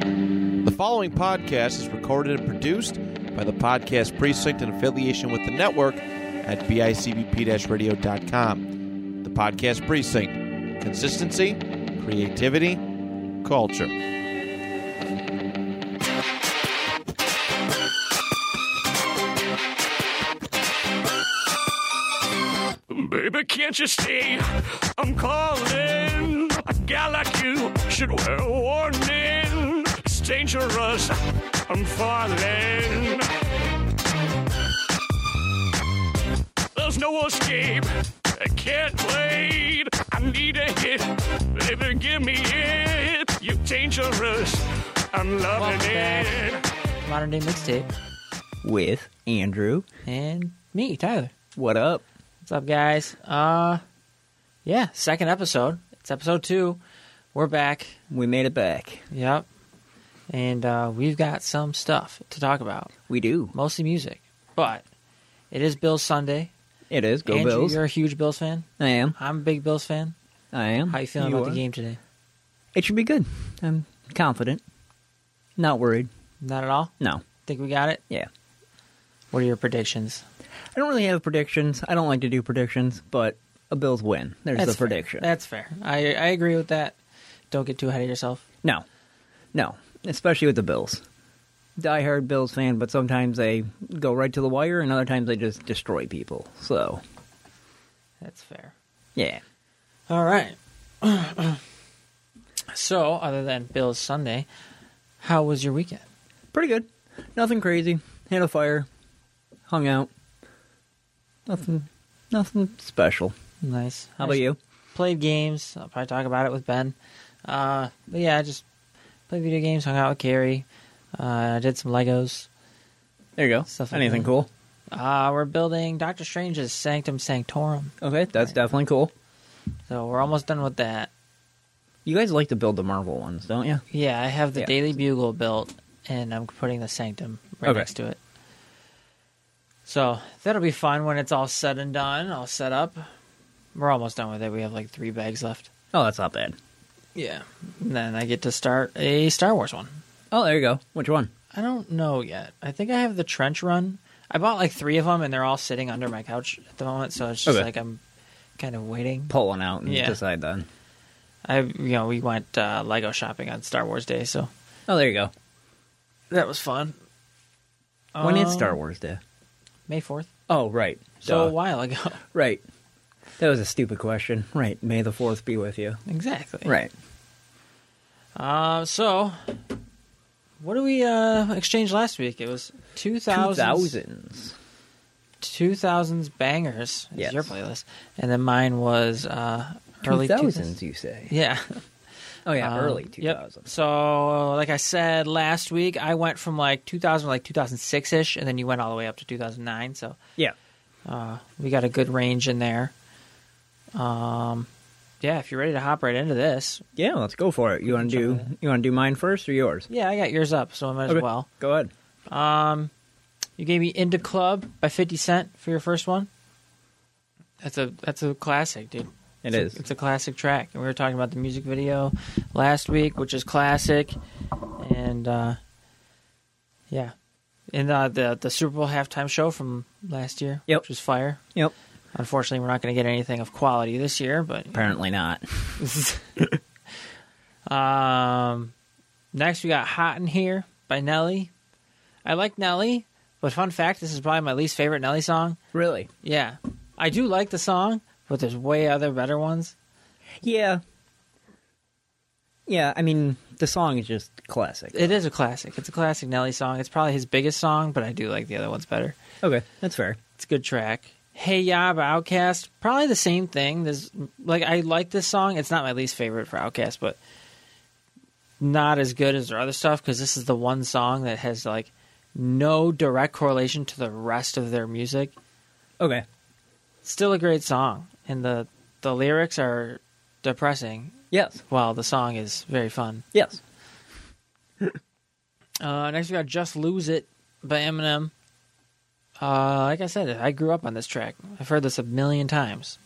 The following podcast is recorded and produced by the Podcast Precinct in affiliation with the network at bicbp radio.com. The Podcast Precinct consistency, creativity, culture. Baby, can't you see? I'm calling. A gal like you should wear a warning. It's dangerous. I'm falling. There's no escape. I can't wait. I need a hit. Baby, give me it. You're dangerous. I'm loving Welcome back. it. Modern Day Mixtape, with Andrew. and me, Tyler. What up? What's up, guys? Uh, yeah, second episode. It's episode two. We're back. We made it back. Yep. And uh, we've got some stuff to talk about, We do. mostly music. But it is Bills Sunday. It is. Go Andrew, Bills. you're a huge Bills fan. I am. I'm a big Bills fan. I am. How you feeling about are. the game today? It should be good. I'm confident. Not worried. Not at all. No. Think we got it. Yeah. What are your predictions? I don't really have predictions. I don't like to do predictions, but a Bills win. There's the fair. prediction. That's fair. I I agree with that. Don't get too ahead of yourself. No. No. Especially with the Bills. Diehard Bills fan, but sometimes they go right to the wire, and other times they just destroy people. So, That's fair. yeah. All right. so, other than Bill's Sunday, how was your weekend? pretty good. Nothing crazy. Had a fire. Hung out. Nothing. Nothing special. Nice. How about I you? just Played games. I'll probably talk about it with Ben. Uh, but yeah, I just played video games, hung out with Carrie, uh, did some Legos. There you go. Stuff like Anything that. cool? Uh, we're building Doctor Strange's Sanctum Sanctorum, Okay, that's definitely cool. so we're almost done with that. You guys like to build the Marvel ones, don't you? Yeah, I have the Yeah. Daily Bugle built, and I'm putting the Sanctum right Okay. next to it. So that'll be fun when it's all said and done, all set up. We're almost done with it. We have like three bags left. Oh, that's not bad. Yeah. And then I get to start a Star Wars one. Oh, there you go. Which one? I don't know yet. I think I have the trench run. I bought like three of them, and they're all sitting under my couch at the moment. So it's just Okay. like I'm kind of waiting. Pulling out and Yeah. decide then. I, you know, we went uh, Lego shopping on Star Wars Day, so Oh, there you go. that was fun. when Um, is Star Wars Day? May fourth. Oh, right. So a Duh. while ago. right. That was a stupid question. Right. May the Fourth be with you. exactly. Right. Uh, so, what did we uh, exchange last week? It was 2000s, Two thousands. 2000s bangers. is Yes. your playlist. And then mine was uh, Two early thousands, you say? Yeah. Oh yeah, Um, early yep. two thousands. So, like I said last week, I went from like 2000 to like 2006 ish, and then you went all the way up to 2009. So, Yeah. uh, we got a good range in there. Um, yeah, if you're ready to hop right into this, Yeah, let's go for it. You want to can do try you want to do mine first or yours? yeah, I got yours up, so I might as Okay, well. Go ahead. You gave me Into Club by 50 Cent for your first one. That's a that's a classic, dude. It it's is. A, it's a classic track. And we were talking about the music video last week, which is classic. And uh yeah. And uh, the the Super Bowl halftime show from last year, Yep. which was fire. Yep. Unfortunately, we're not going to get anything of quality this year, but Apparently not. um, next we got "Hot in Here" by Nelly. I like Nelly, but fun fact: this is probably my least favorite Nelly song. Really? Yeah, I do like the song, but there's way other better ones. Yeah. Yeah, I mean, the song is just classic. It is a classic. It's a classic Nelly song. It's probably his biggest song, but I do like the other ones better. okay, that's fair. It's a good track. Hey Ya by Outcast, probably the same thing. There's like I like this song. It's not my least favorite for Outcast, but not as good as their other stuff because this is the one song that has like no direct correlation to the rest of their music. Okay. Still a great song, and the the lyrics are depressing Yes. while the song is very fun. Yes. Uh, next we got "Just Lose It" by Eminem. Uh, like I said, I grew up on this track. I've heard this a million times.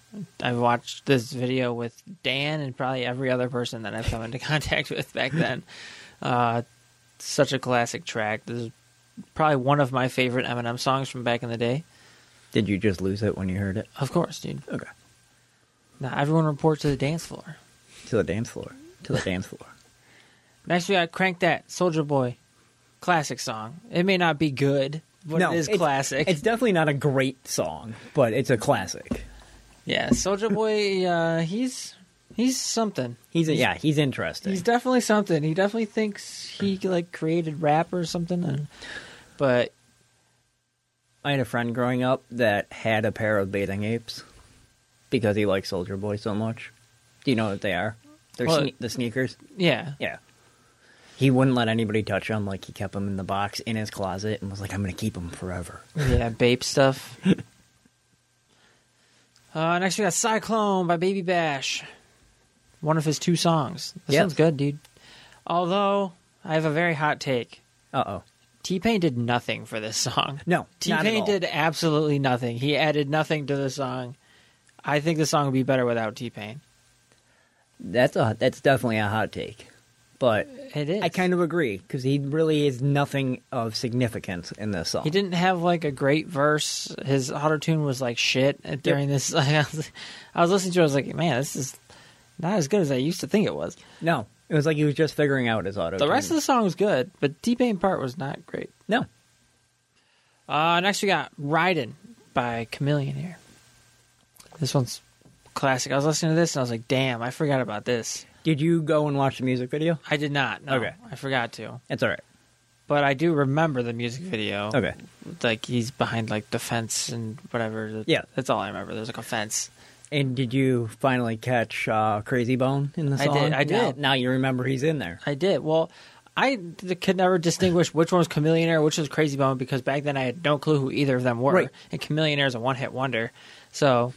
I've watched this video with Dan and probably every other person that I've come into contact with back then. Uh, such a classic track. This is probably one of my favorite Eminem songs from back in the day. Did you just lose it when you heard it? Of course, dude. Okay. Now everyone report to the dance floor. To the dance floor. To the dance floor. Next we got Crank That, Soldier Boy. Classic song. It may not be good, but it is it's- classic. It's definitely not a great song, but it's a classic. yeah, Soldier Boy, uh, he's he's something. He's a, yeah, he's interesting. He's definitely something. He definitely thinks he like created rap or something. And, but I had a friend growing up that had a pair of bathing apes because he liked Soldier Boy so much. Do you know what they are? They're Well- sne- the sneakers. yeah, Yeah. He wouldn't let anybody touch them. Like he kept them in the box in his closet and was like, "I'm gonna keep them forever." yeah, babe stuff. uh, next we got Cyclone by Baby Bash. One of his two songs. This Yeah. one's good, dude. Although I have a very hot take. Uh oh. T Pain did nothing for this song. No, T not at Pain all. did absolutely nothing. He added nothing to the song. I think the song would be better without T Pain. That's a that's definitely a hot take, but It is. I kind of agree because he really is nothing of significance in this song. He didn't have like a great verse. His auto tune was like shit during this. I, was, I was listening to. it, I was like, man, this is not as good as I used to think it was. No, it was like he was just figuring out his auto. The rest of the song was good, but T Pain part was not great. no, Uh, next we got Riding by Chameleon here. This one's classic. I was listening to this and I was like, damn, I forgot about this. did you go and watch the music video? I did not. No, Okay. I forgot to. It's all right. But I do remember the music video. Okay, Like he's behind like the fence and whatever. Yeah. That's all I remember. There's like a fence. and did you finally catch uh, Crazy Bone in the I song? did, I Now- did. Now, you remember he's in there. I did. Well, I th- could never distinguish which one was Chameleonaire, which was Crazy Bone, because back then I had no clue who either of them were. Right. And Chameleonaire is a one hit wonder. So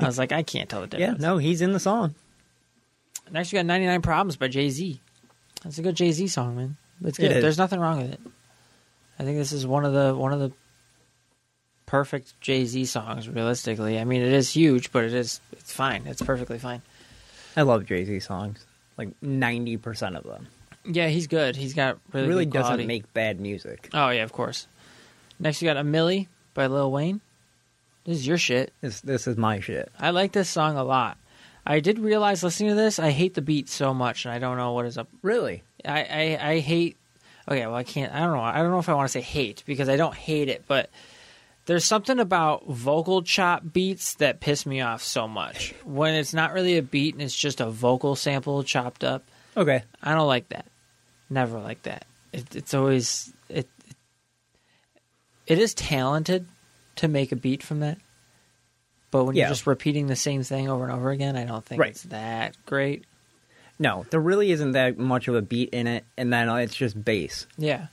I was like, I can't tell the Yeah, difference. no, he's in the song. Next, you got 99 Problems by Jay Z. That's a good Jay Z song, man. It's It good. is. There's nothing wrong with it. I think this is one of the one of the perfect Jay Z songs. Realistically, I mean, it is huge, but it is it's fine. It's perfectly fine. I love Jay Z songs. Like ninety percent of them Yeah, he's good. He's got really really good doesn't quality. make bad music. Oh yeah, of course. Next, you got a Millie by Lil Wayne. This is your shit. This this is my shit. I like this song a lot. I did realize listening to this, I hate the beat so much, and I don't know what is up. Really? I I, I hate. Okay, well I can't. I don't know. I don't know if I want to say hate because I don't hate it, but there's something about vocal chop beats that piss me off so much. When it's not really a beat and it's just a vocal sample chopped up, Okay. I don't like that. Never like that. It, it's always it, it. It is talented to make a beat from that, but when Yeah. you're just repeating the same thing over and over again, I don't think Right. it's that great. No, there really isn't that much of a beat in it, and then it's just bass Yeah,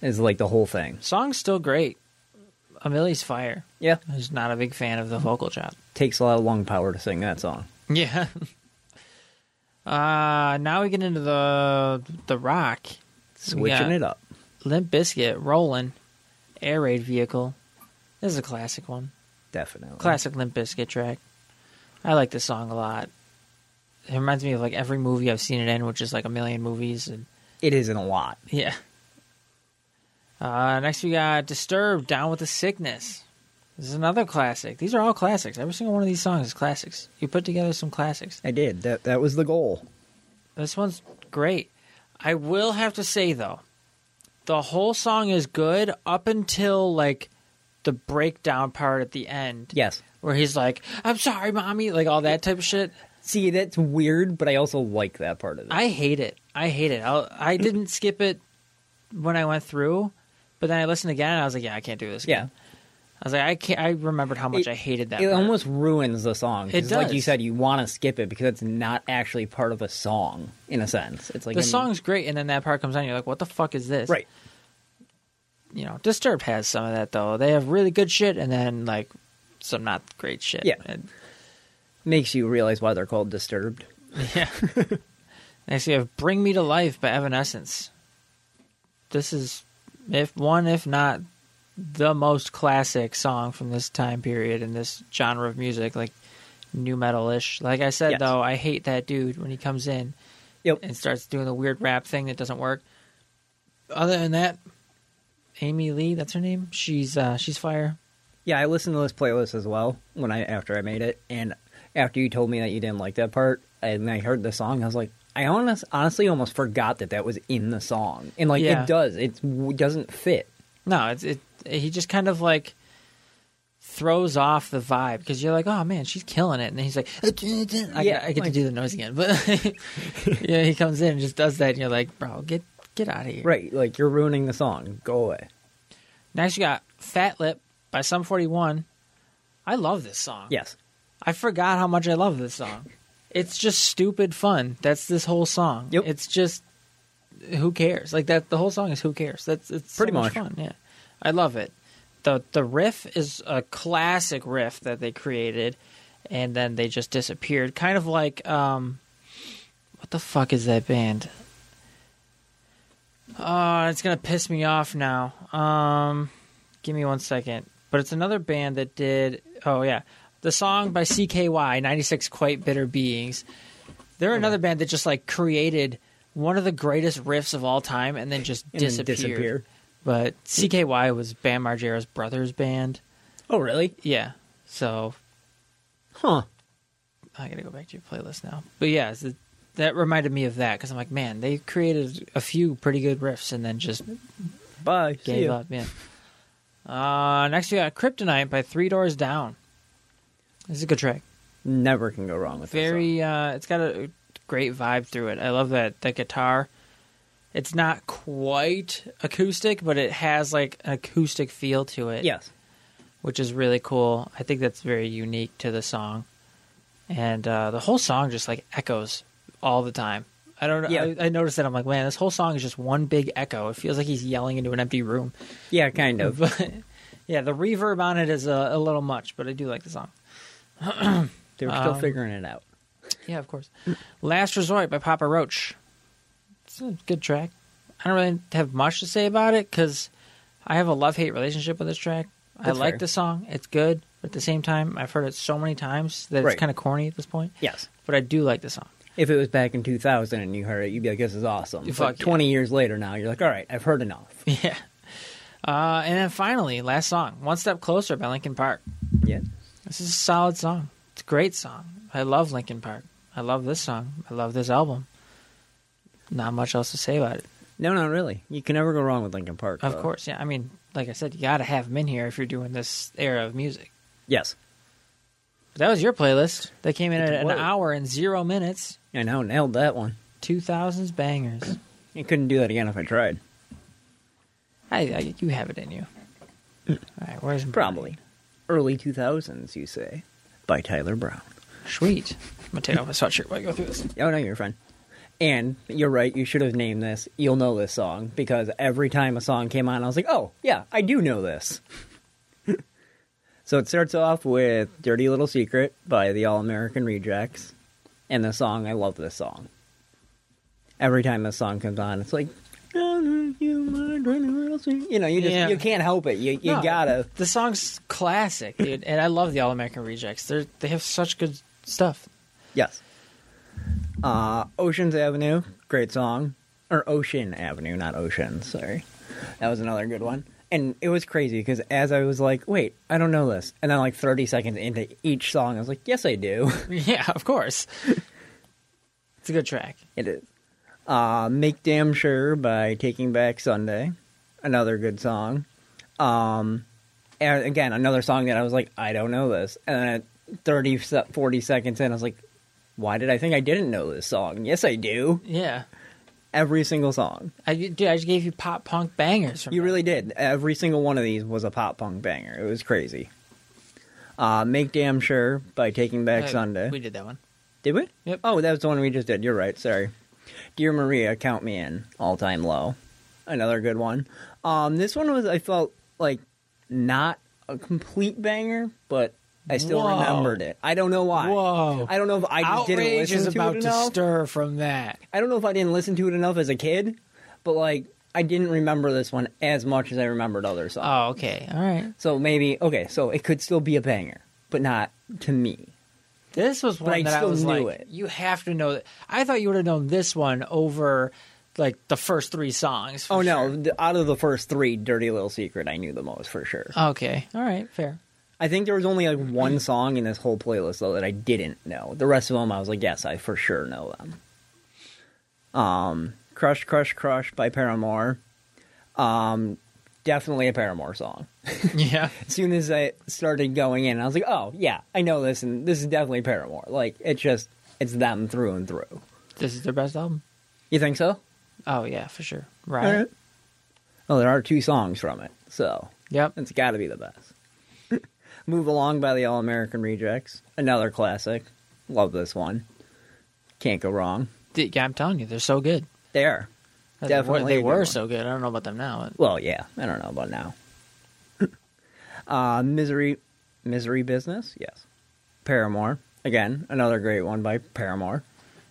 is like the whole thing. song's still great. Amelia's fire. Yeah, I'm just not a big fan of the vocal chop. takes a lot of lung power to sing that song. Yeah. Uh, now we get into the the rock. Switching Yeah. it up. Limp Biscuit, Rollin', Air Raid Vehicle. This is a classic one. Definitely. Classic Limp Biscuit track. I like this song a lot. It reminds me of like every movie I've seen it in, which is like a million movies. And It isn't a lot. yeah. Uh, next we got Disturbed, Down with the Sickness. This is another classic. These are all classics. Every single one of these songs is classics. You put together some classics. I did. That that was the goal. This one's great. I will have to say though, the whole song is good up until like the breakdown part at the end. Yes. Where he's like, I'm sorry, mommy, like all that type of shit. See, that's weird, but I also like that part of it. I hate it. I hate it. I'll, I didn't skip it when I went through, but then I listened again and I was like, yeah, I can't do this. yeah. Again. I was like, I can't. I remembered how much It- I hated that. It part. almost ruins the song. 'cause It Like you does. said, you want to skip it because it's not actually part of a song in a sense. It's like the I mean- song's great, and then that part comes on. You're like, what the fuck is this? right. You know, Disturbed has some of that though. They have really good shit, and then like some not great shit. Yeah. And- Makes you realize why they're called disturbed. yeah. Next, you have "Bring Me to Life" by Evanescence. This is, if one, if not, the most classic song from this time period in this genre of music, like new metal ish. Like I said Yes. though, I hate that dude when he comes in Yep. and starts doing the weird rap thing that doesn't work. other than that, Amy Lee, that's her name. She's uh, she's fire. Yeah, I listened to this playlist as well when I after I made it, and after you told me that you didn't like that part, and I heard the song, I was like, I honest, honestly almost forgot that that was in the song, and like Yeah. it does, it w- doesn't fit. No, it's it. He just kind of like throws off the vibe because you're like, oh man, she's killing it, and then he's like, I, Yeah, get, I get like- to do the noise again, but yeah, he comes in and just does that, and you're like, bro, get get out of here. Right, like you're ruining the song. Go away. Next, you got Fat Lip by Sum 41. I love this song. Yes, I forgot how much I love this song. It's just stupid fun. That's this whole song. Yep. It's just who cares? Like that the whole song is who cares. That's it's Pretty so much. much. fun. Yeah. I love it. The the riff is a classic riff that they created and then they just disappeared. Kind of like um what the fuck is that band? Oh, it's gonna piss me off now. Um give me one second. But it's another band that did. Oh yeah, the song by CKY, "96 Quite Bitter Beings." They're Hmm. another band that just like created one of the greatest riffs of all time, and then just And then disappeared. disappear. But CKY was Bam Margera's brother's band. Oh really? Yeah, so Huh? I gotta go back to your playlist now. But yeah, it's- that reminded me of that because I'm like, man, they created a few pretty good riffs and then just Bye. See gave ya. up. Yeah. Uh, next we got Kryptonite by Three Doors Down. This is a good track. Never can go wrong with this song. Very. Uh, it's got a great vibe through it. I love that that guitar. It's not quite acoustic, but it has like an acoustic feel to it. Yes. Which is really cool. I think that's very unique to the song, and uh, the whole song just like echoes all the time. I don't know. Yeah. I, I noticed that. I'm like, man, this whole song is just one big echo. It feels like he's yelling into an empty room. Yeah, kind of. But yeah, the reverb on it is a, a little much, but I do like the song. They were um, still figuring it out. Yeah, of course. Last Resort by Papa Roach. It's a good track. I don't really have much to say about it because I have a love hate relationship with this track. I That's like fair. the song, it's good, but at the same time, I've heard it so many times that Right. it's kind of corny at this point. Yes. But I do like the song. If it was back in 2000 and you heard it, you'd be like, "This is awesome." But Fuck yeah. 20 years later now, you're like, "All right, I've heard enough." yeah. Uh, and then finally, last song, One Step Closer by Linkin Park. yeah. This is a solid song. It's a great song. I love Linkin Park. I love this song. I love this album. Not much else to say about it. No, not really. You can never go wrong with Linkin Park. Of though. course, yeah. I mean, like I said, you got to have them in here if you're doing this era of music. Yes. But that was your playlist. They came in at an was. hour and zero minutes. I know, nailed that one. 2000s bangers. I couldn't do that again if I tried. I, I, you have it in you. All right, where's mine? Mm. Probably. Early 2000s, you say, by Tyler Brown. Sweet. I'm going to take off my sweatshirt while I go through this. Oh, no, you're fine. And you're right, you should have named this You'll Know This Song because every time a song came on, I was like, oh, yeah, I do know this. so it starts off with Dirty Little Secret by the All American Rejects. And the song, I love this song. Every time this song comes on, it's like, "I love you, my dirty little secret." you know, you just Yeah. you can't help it. You you No, gotta The song's classic, dude, and I love the All American Rejects. They they have such good stuff. Yes. Uh, Oceans Avenue, great song. Or Ocean Avenue, not Ocean, sorry. That was another good one. And it was crazy because as I was like, wait, I don't know this. And then, like, 30 seconds into each song, I was like, yes, I do. Yeah, of course. it's a good track. it is. Uh, Make Damn Sure by Taking Back Sunday, another good song. Um, and again, another song that I was like, I don't know this. And then at 30, se- 40 seconds in, I was like, why did I think I didn't know this song? Yes, I do. Yeah. every single song. I, dude, I just gave you pop punk bangers. From You that. really did. Every single one of these was a pop punk banger. It was crazy. Uh, Make Damn Sure by Taking Back Uh, Sunday. We did that one. did we? Yep. Oh, that was the one we just did. You're right. Sorry. Dear Maria, Count Me In, All Time Low. Another good one. Um, this one was, I felt like not a complete banger, but I still Whoa. remembered it. I don't know why. Whoa. I don't know if I just didn't Outrage listen is to about it to enough. stir from that. I don't know if I didn't listen to it enough as a kid, but like I didn't remember this one as much as I remembered other songs. Oh, okay. All right. so maybe okay, so it could still be a banger, but not to me. This was one I that I still was knew like, it. you have to know that. I thought you would have known this one over like the first three songs. for Oh no! sure. th- Out of the first three, "Dirty Little Secret," I knew the most for sure. Oh. Okay. All right. Fair. I think there was only like one song in this whole playlist though that I didn't know. The rest of them, I was like, yes, I for sure know them. Um, "Crush, Crush, Crush" by Paramore. Um, definitely a Paramore song. Yeah. As soon as I started going in, I was like, oh yeah, I know this, and this is definitely Paramore. Like it's just it's them through and through. This is their best album. You think so? Oh yeah, for sure. Right. Alright. Oh, there are two songs from it, so Yep. It's got to be the best. Move Along by the All American Rejects. Another classic. Love this one. Can't go wrong. D- yeah, I'm telling you, they're so good. There. They were- Definitely a They good were one. so good. I don't know about them now. but- Well, yeah. I don't know about now. uh, misery, misery business. Yes. Paramore. Again, another great one by Paramore.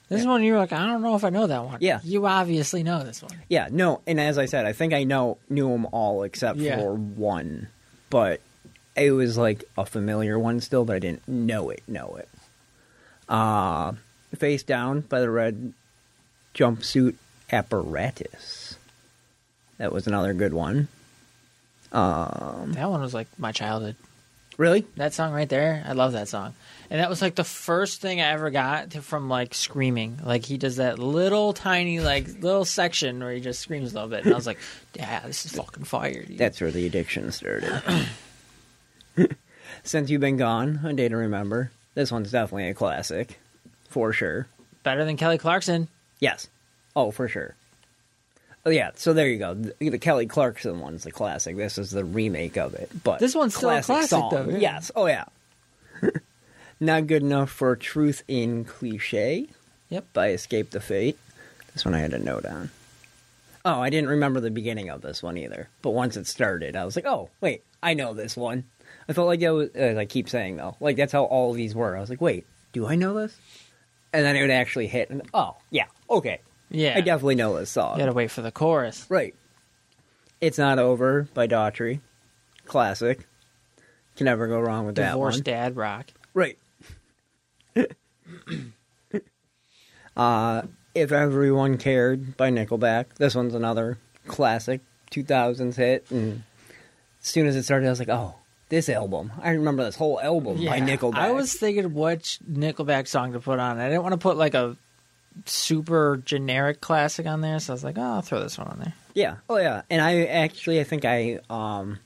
This is one you're like, I don't know if I know that one. Yeah. You obviously know this one. Yeah. No. And as I said, I think I know knew them all except Yeah. for one, but it was like a familiar one still, but I didn't know it. Know it. Uh face down by the red jumpsuit apparatus. That was another good one. That one was like my childhood. Really? That song right there, I love that song. And that was like the first thing I ever got to, from like screaming. Like he does that little tiny like little section where he just screams a little bit, and I was like, yeah, this is fucking fire. dude." That's where the addiction started. Since you've been gone, a day to remember. This one's definitely a classic, for sure. better than Kelly Clarkson. Yes. Oh, for sure. Oh yeah. So there you go. The, the Kelly Clarkson one's the classic. This is the remake of it. But This one's still a classic, though, yeah. Yes. Oh yeah. Not good enough for truth in cliche Yep. by Escape the Fate. This one I had to note down. Oh, I didn't remember the beginning of this one either. But once it started, I was like, oh wait, I know this one. I felt like that was. As I keep saying though, like that's how all of these were. I was like, wait, do I know this? And then it would actually hit, and oh yeah, okay, Yeah. I definitely know this You song. gotta wait for the chorus. Right. It's Not Over by Daughtry. Classic. Can never go wrong with that Divorce one. Dad Rock. Right. uh, if Everyone Cared by Nickelback. This one's another classic 2000s hit. And as soon as it started, I was like, oh, this album. I remember this whole album by Nickelback. I was thinking which Nickelback song to put on. I didn't want to put like a super generic classic on there, so I was like, oh, I'll throw this one on there. Yeah. Oh yeah. And I actually I think I um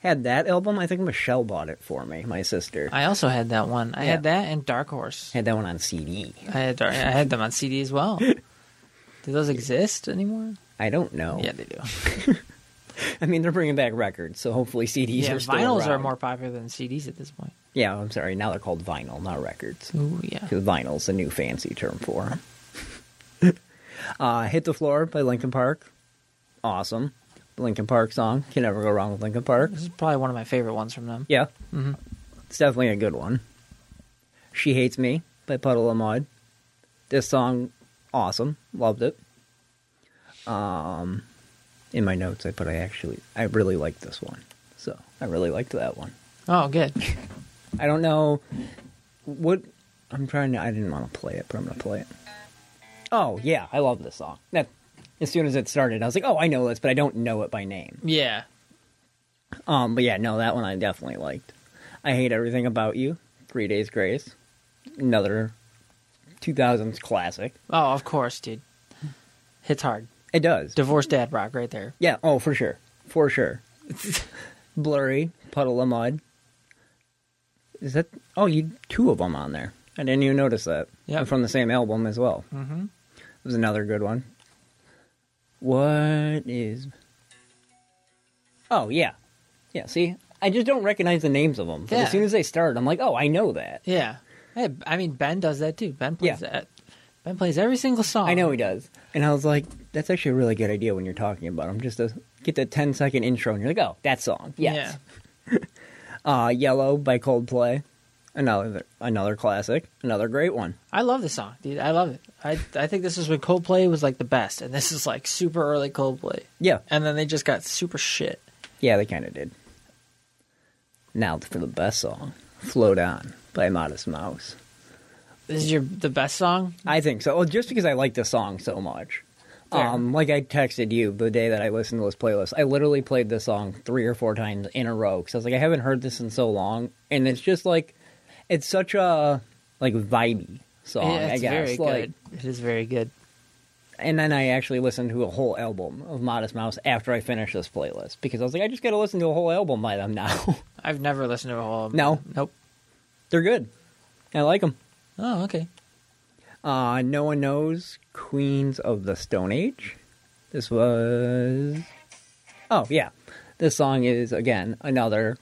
had that album. I think Michelle bought it for me, my sister. I I also had that one. I Yeah. had that and Dark Horse. had that one on CD. I had Dark, I had them on CD as well. Do those exist anymore? I don't know. Yeah, they do. I mean, they're bringing back records, so hopefully CDs yeah, are still vinyls are around. more popular than CDs at this point. Yeah, I'm sorry. Now they're called vinyl, not records. Ooh, yeah. Because vinyl's a new fancy term for 'em. uh, Hit the Floor by Linkin Park. Awesome. Linkin Park song. Can never go wrong with Linkin Park. This is probably one of my favorite ones from them. Yeah. Mm-hmm. It's definitely a good one. She Hates Me by Puddle of Mud. This song, awesome. Loved it. Um, in my notes, I put I actually, I really liked this one. So I really liked that one. Oh, good. I don't know what I'm trying to, I didn't want to play it, but I'm going to play it. Oh, yeah. I love this song. That, as soon as it started, I was like, oh, I know this, but I don't know it by name. Yeah. Um, but yeah, no, that one I definitely liked. I hate everything about you. Three Days Grace, another 2000s classic. Oh, of course, dude. Hits hard. It does. Divorce Dad Rock right there. yeah. Oh, for sure. For sure. Blurry, puddle of mud. Is that? Oh, you two of them on there. I didn't even notice that. Yep. And from the same album as well. Mm-hmm. It was another good one. What is? Oh yeah, yeah. See, I just don't recognize the names of them. Yeah. As soon as they start, I'm like, oh, I know that. Yeah. Hey, I mean, Ben does that too. Ben plays Yeah. that. Ben plays every single song. I know he does. And I was like, that's actually a really good idea when you're talking about him. Just to get that 10 second intro and you're like, oh, that song. Yes. Uh, Yellow by Coldplay. Another another classic. Another great one. I love this song, dude. I love it. I I think this is when Coldplay was like the best, and this is like super early Coldplay. Yeah. And then they just got super shit. Yeah, they kind of did. Now for the best song Float On by Modest Mouse. This is your the best song. I think so. Well, just because I like the song so much. there. Um, like I texted you the day that I listened to this playlist, I literally played this song three or four times in a row because I was like, I haven't heard this in so long, and it's just like, it's such a like vibey song. Yeah, I it's guess very like, good. It is very good. and then I actually listened to a whole album of Modest Mouse after I finished this playlist because I was like, I just got to listen to a whole album by them now. I've never listened to a whole. No. Nope. They're good. I like them. Oh, okay. Uh, no one knows Queens of the Stone Age. This was. Oh, yeah. This song is, again, another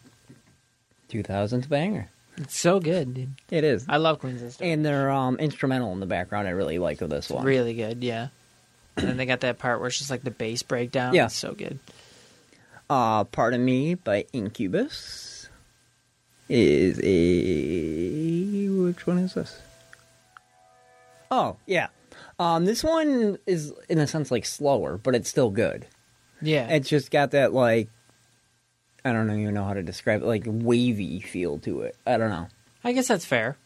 2000s banger. It's so good, dude. It is. I love Queens of the Stone And their um, instrumental in the background, I really like with this one. Really good, yeah. And then they got that part where it's just like the bass breakdown. Yeah. It's so good. Uh, Pardon Me by Incubus is a. Which one is this? Oh, yeah. Um, this one is, in a sense, like slower, but it's still good. Yeah. It's just got that like I don't even know how to describe it, like wavy feel to it. I don't know. I guess that's fair.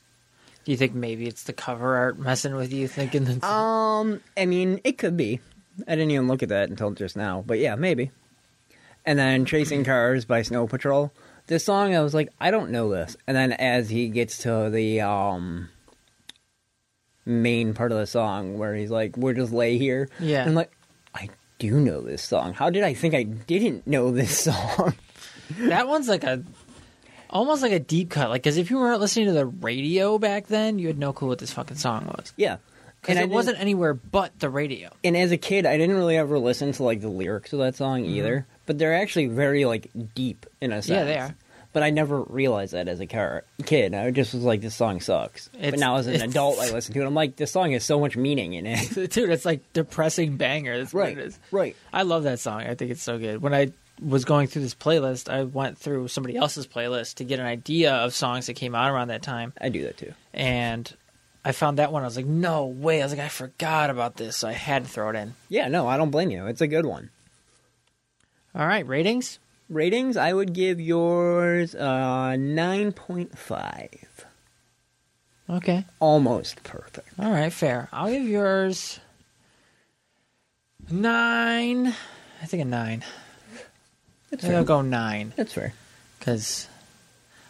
Do you think maybe it's the cover art messing with you, thinking that's Um, I mean, it could be. I didn't even look at that until just now, but yeah, maybe. And then Chasing Cars by Snow Patrol. This song, I was like, I don't know this. And then as he gets to the um main part of the song where he's like, "We're just lay here," Yeah. I'm like, I do know this song. How did I think I didn't know this song? that one's like a almost like a deep cut. Like, because if you weren't listening to the radio back then, you had no clue what this fucking song was. yeah, Because I it didn't- wasn't anywhere but the radio. and as a kid i didn't really ever listen to like the lyrics of that song either but they're actually very like deep in a sense Mm-hmm. Yeah, they are. but i never realized that as a car- kid i just was like this song sucks but It's- now as an it's- adult i listen to it i'm like this song has so much meaning in it Dude, it's like depressing banger. That's what it is. right I love that song. I think it's so good. When I was going through this playlist, I went through somebody else's playlist to get an idea of songs that came out around that time. i do that too And I found that one. I was like, no way. I was like, I forgot about this. So I had to throw it in. yeah no i don't blame you it's a good one All right, ratings? ratings i would give yours uh 9.5 Okay. almost perfect All right, fair. I'll give yours nine. I think a nine. that's I think fair I'll go nine that's fair because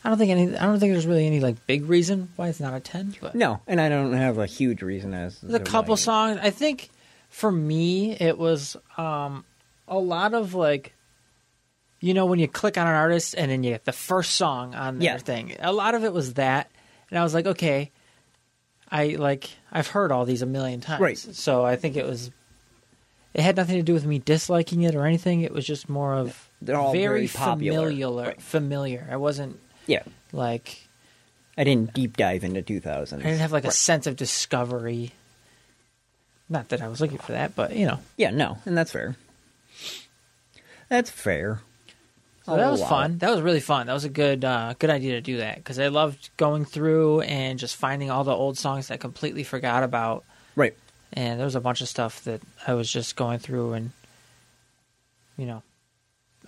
I don't think any. I don't think there's really any like big reason why it's not a ten. But no and i don't have a huge reason as there's a to couple why. songs. I think for me it was um, a lot of like. You know when you click on an artist and then you get the first song on their Yeah. thing. A lot of it was that, and I was like, okay, I like I've heard all these a million times, Right. so I think it was. It had nothing to do with me disliking it or anything. It was just more of They're all very popular. familiar. Right. Familiar. I wasn't yeah like I didn't deep dive into 2000. I didn't have like a sense of discovery. Not that I was looking for that, but you know, Yeah, no, and that's fair. That's fair. so that Oh, was wow. fun. That was really fun. That was a good uh, good idea to do that because I loved going through and just finding all the old songs that I completely forgot about. Right. And there was a bunch of stuff that I was just going through and you know,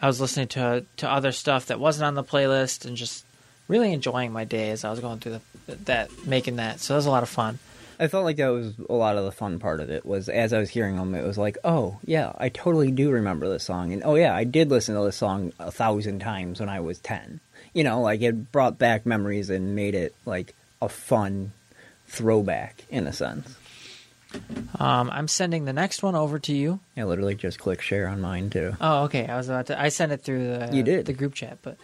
I was listening to to other stuff that wasn't on the playlist and just really enjoying my day as I was going through the, that making that. So that was a lot of fun. I felt like that was a lot of the fun part of it was as I was hearing them, it was like, oh yeah, I totally do remember this song, and oh yeah, I did listen to this song a thousand times when I was ten. You know, like it brought back memories and made it like a fun throwback in a sense. Um, I'm sending the next one over to you. I literally just click share on mine too. Oh, okay. I was about to. I sent it through the You did. the group chat, but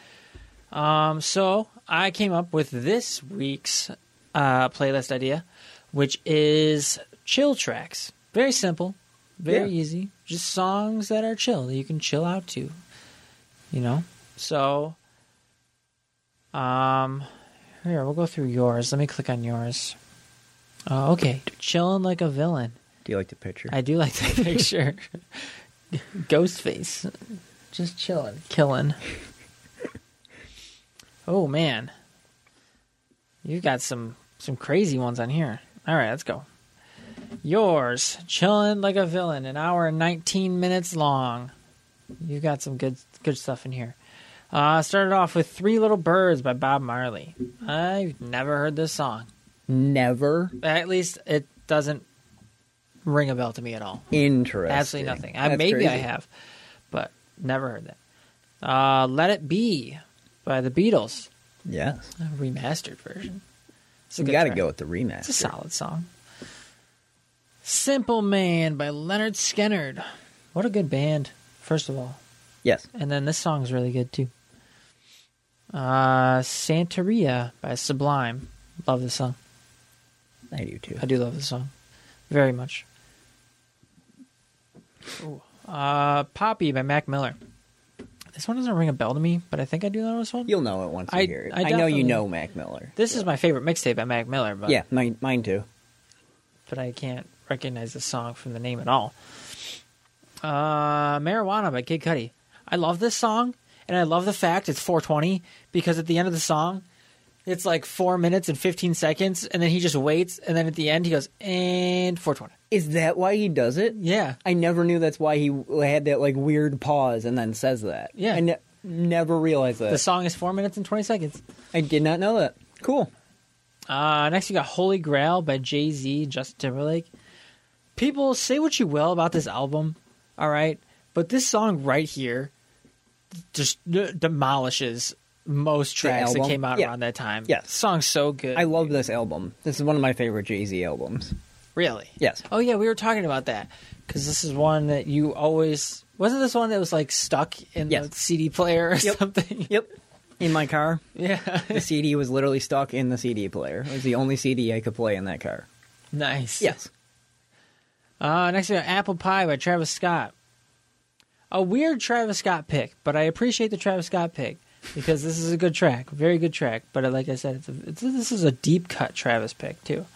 um, so I came up with this week's uh, playlist idea, which is chill tracks. Very simple, very Yeah. easy. Just songs that are chill that you can chill out to. You know. So, um, here we'll go through yours. Let me click on yours. Oh, okay, chilling like a villain. Do you like the picture? I do like that picture. Ghostface. Just chilling. Killing. Oh man. You got some some crazy ones on here. All right, let's go. Yours, chilling like a villain, an hour and 19 minutes long. You got some good good stuff in here. Uh, started off with Three Little Birds by Bob Marley. I've never heard this song. Never. At least it doesn't ring a bell to me at all. Interesting. Absolutely nothing. I, That's maybe I crazy. have, but never heard that. Uh, Let It Be by the Beatles, Yes. a remastered version. It's a You good got to track. go with the remaster. It's a solid song. Simple Man by Leonard Skinnard. What a good band, first of all. Yes. And then this song's really good too. Uh, Santeria by Sublime. Love this song. I do too. I do love this song very much. Ooh. Uh, Poppy by Mac Miller. This one doesn't ring a bell to me, but I think I do know this one. You'll know it once you I- hear it. I I, know definitely- you know Mac Miller. This is my favorite mixtape by Mac Miller, but yeah, mine, mine too. but I can't recognize the song from the name at all. Uh, Marijuana by Kid Cudi. I love this song, and I love the fact it's 420 because at the end of the song, it's like four minutes and 15 seconds, and then he just waits, and then at the end he goes and 420. Is that why he does it? Yeah, I never knew that's why he w- had that like weird pause and then says that. Yeah. I ne- never realized that. the song is four minutes and 20 seconds. I did not know that. Cool. Uh, next, you got Holy Grail by Jay Z, Justin Timberlake. People say what you will about this album, all right, but this song right here just d- demolishes most tracks that album? came out Yeah. around that time. Yes. song's so good. I love this album. This is one of my favorite Jay Z albums. really. Yes. Oh yeah, we were talking about that because this is one that you always wasn't this one that was like stuck in the Yes. CD player or Yep. something. Yep. In my car, Yeah. the CD was literally stuck in the CD player. It was the only CD I could play in that car. nice. Yes. Uh, next we got Apple Pie by Travis Scott. A weird Travis Scott pick, but I appreciate the Travis Scott pick because this is a good track, very good track. But uh, like I said, it's, a, it's this is a deep cut Travis pick too.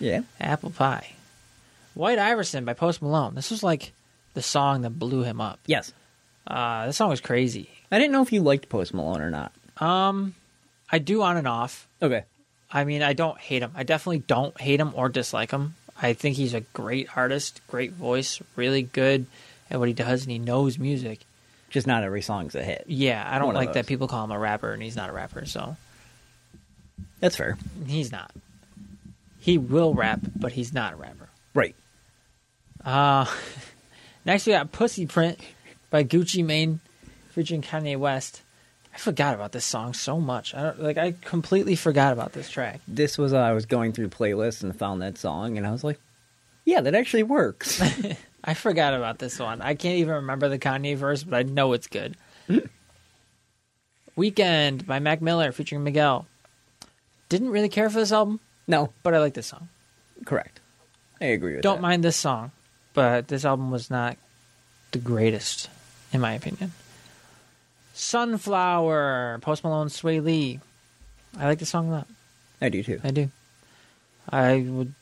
Yeah. Apple Pie, White Iverson by Post Malone. This was like the song that blew him up. Yes. Uh, this song was crazy. Um, I didn't know if you liked Post Malone or not. I do on and off. Okay. I mean, I don't hate him. I definitely don't hate him or dislike him. I think he's a great artist, great voice, really good at what he does, and he knows music. Just not every song's a hit. Yeah, I don't One of like that those. people call him a rapper and he's not a rapper, so That's fair. he's not. He will rap, but he's not a rapper. Right. Uh next we got Pussy Print by Gucci Mane featuring Kanye West. I forgot about this song so much. I don't like I completely forgot about this track. This was uh, I was going through playlists and found that song and I was like, yeah, that actually works. I forgot about this one. I can't even remember the Kanye verse, but I know it's good. Weekend by Mac Miller featuring Miguel. Didn't really care for this album, no, but I like this song. correct. I agree with don't that. mind this song, but this album was not the greatest, in my opinion. Sunflower, Post Malone, Sway Lee. I like this song a lot. I do too. I do. I would.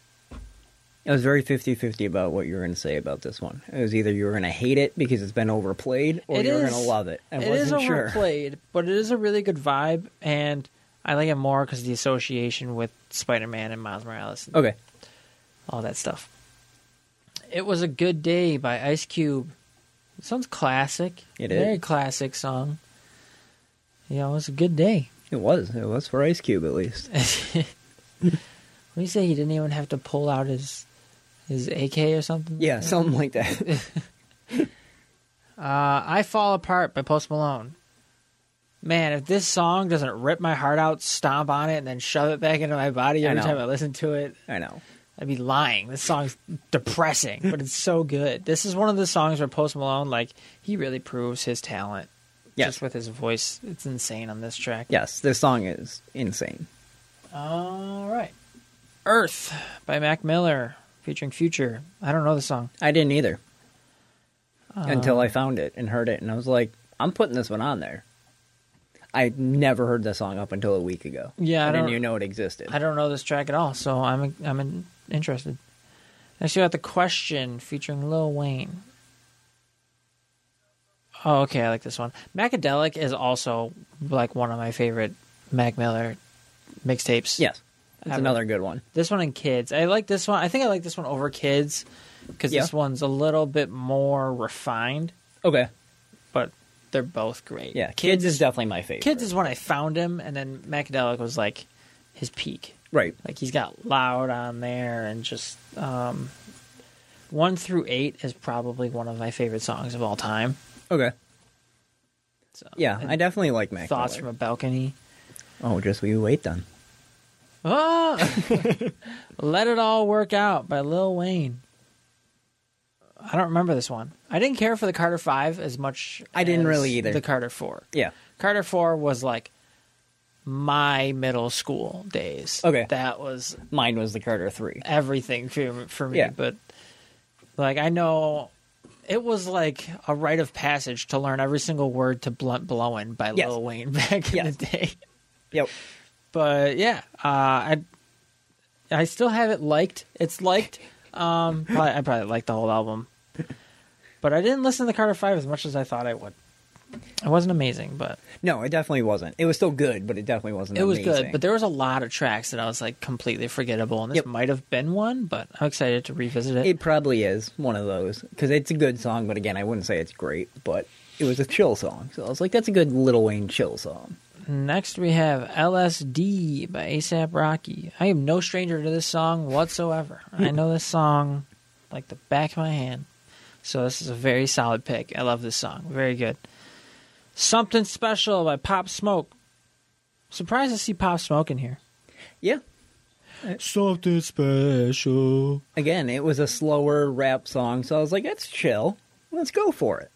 I was very 50-50 about what you were going to say about this one. It was either you were going to hate it because it's been overplayed, or It you were is- going to love it. I it is wasn't sure. overplayed, but it is a really good vibe, and I like it more because the association with Spider Man and Miles Morales and Okay, all that stuff. It was a good day by Ice Cube. It sounds classic. It Very is. classic song. You know, it was a good day. it was. It was for Ice Cube at least. What do you say? He didn't even have to pull out his his AK or something. yeah, something like that. Uh, I fall apart by Post Malone. Man, if this song doesn't rip my heart out, stomp on it, and then shove it back into my body I every know. time I listen to it, I know. I'd be lying. This song's depressing, but it's so good. This is one of the songs where Post Malone, like, he really proves his talent. Yes. Just with his voice. It's insane on this track. Yes, this song is insane. All right. Earth by Mac Miller featuring Future. I don't know the song. I didn't either Uh. until I found it and heard it, and I was like, I'm putting this one on there. I never heard this song up until a week ago. Yeah, I I, didn't don't- even know it existed. I don't know this track at all, so I'm I'm in, interested. Next, you got the question featuring Lil Wayne. Oh, okay, I like this one. Macadelic is also like one of my favorite Mac Miller mixtapes. yes, it's Haven't- another good one. this one and Kids. I like this one. I think I like this one over Kids because Yeah. this one's a little bit more refined, Okay, but they're both great. yeah, kids is definitely my favorite. Kids is when I found him, and then Macadelic was like his peak. right. Like he's got loud on there and just um one through eight is probably one of my favorite songs of all time. Okay. So, Yeah, and I definitely like Mac. thoughts from Miller. a balcony. oh, just we wait then. Oh, let it all work out by Lil Wayne. I don't remember this one. I didn't care for the Carter Five as much. I didn't as really either. The Carter Four. Yeah. Carter Four was like my middle school days. Okay. that was Mine was the Carter Three. everything for for me. Yeah. But like I know it was like a rite of passage to learn every single word to Blunt Blowin' by Yes. Lil Wayne back in Yes. the day. Yep. But yeah, uh, I I still have it liked. It's liked. Um, probably, I probably liked the whole album, but I didn't listen to Carter Five as much as I thought I would. It wasn't amazing, but No, it definitely wasn't. It was still good, but it definitely wasn't. it was amazing. good. But there was a lot of tracks that I was like completely forgettable, and this Yep. might have been one. But I'm excited to revisit it. it probably is one of those because it's a good song. But again, I wouldn't say it's great. But it was a chill song, so I was like, that's a good Little Wayne chill song. Next, we have LSD by ASAP Rocky. I am no stranger to this song whatsoever. I know this song like the back of my hand. So, this is a very solid pick. I love this song. Very good. Something Special by Pop Smoke. Surprised to see Pop Smoke in here. Yeah. Something Special. Again, it was a slower rap song, so I was like, that's chill. Let's go for it.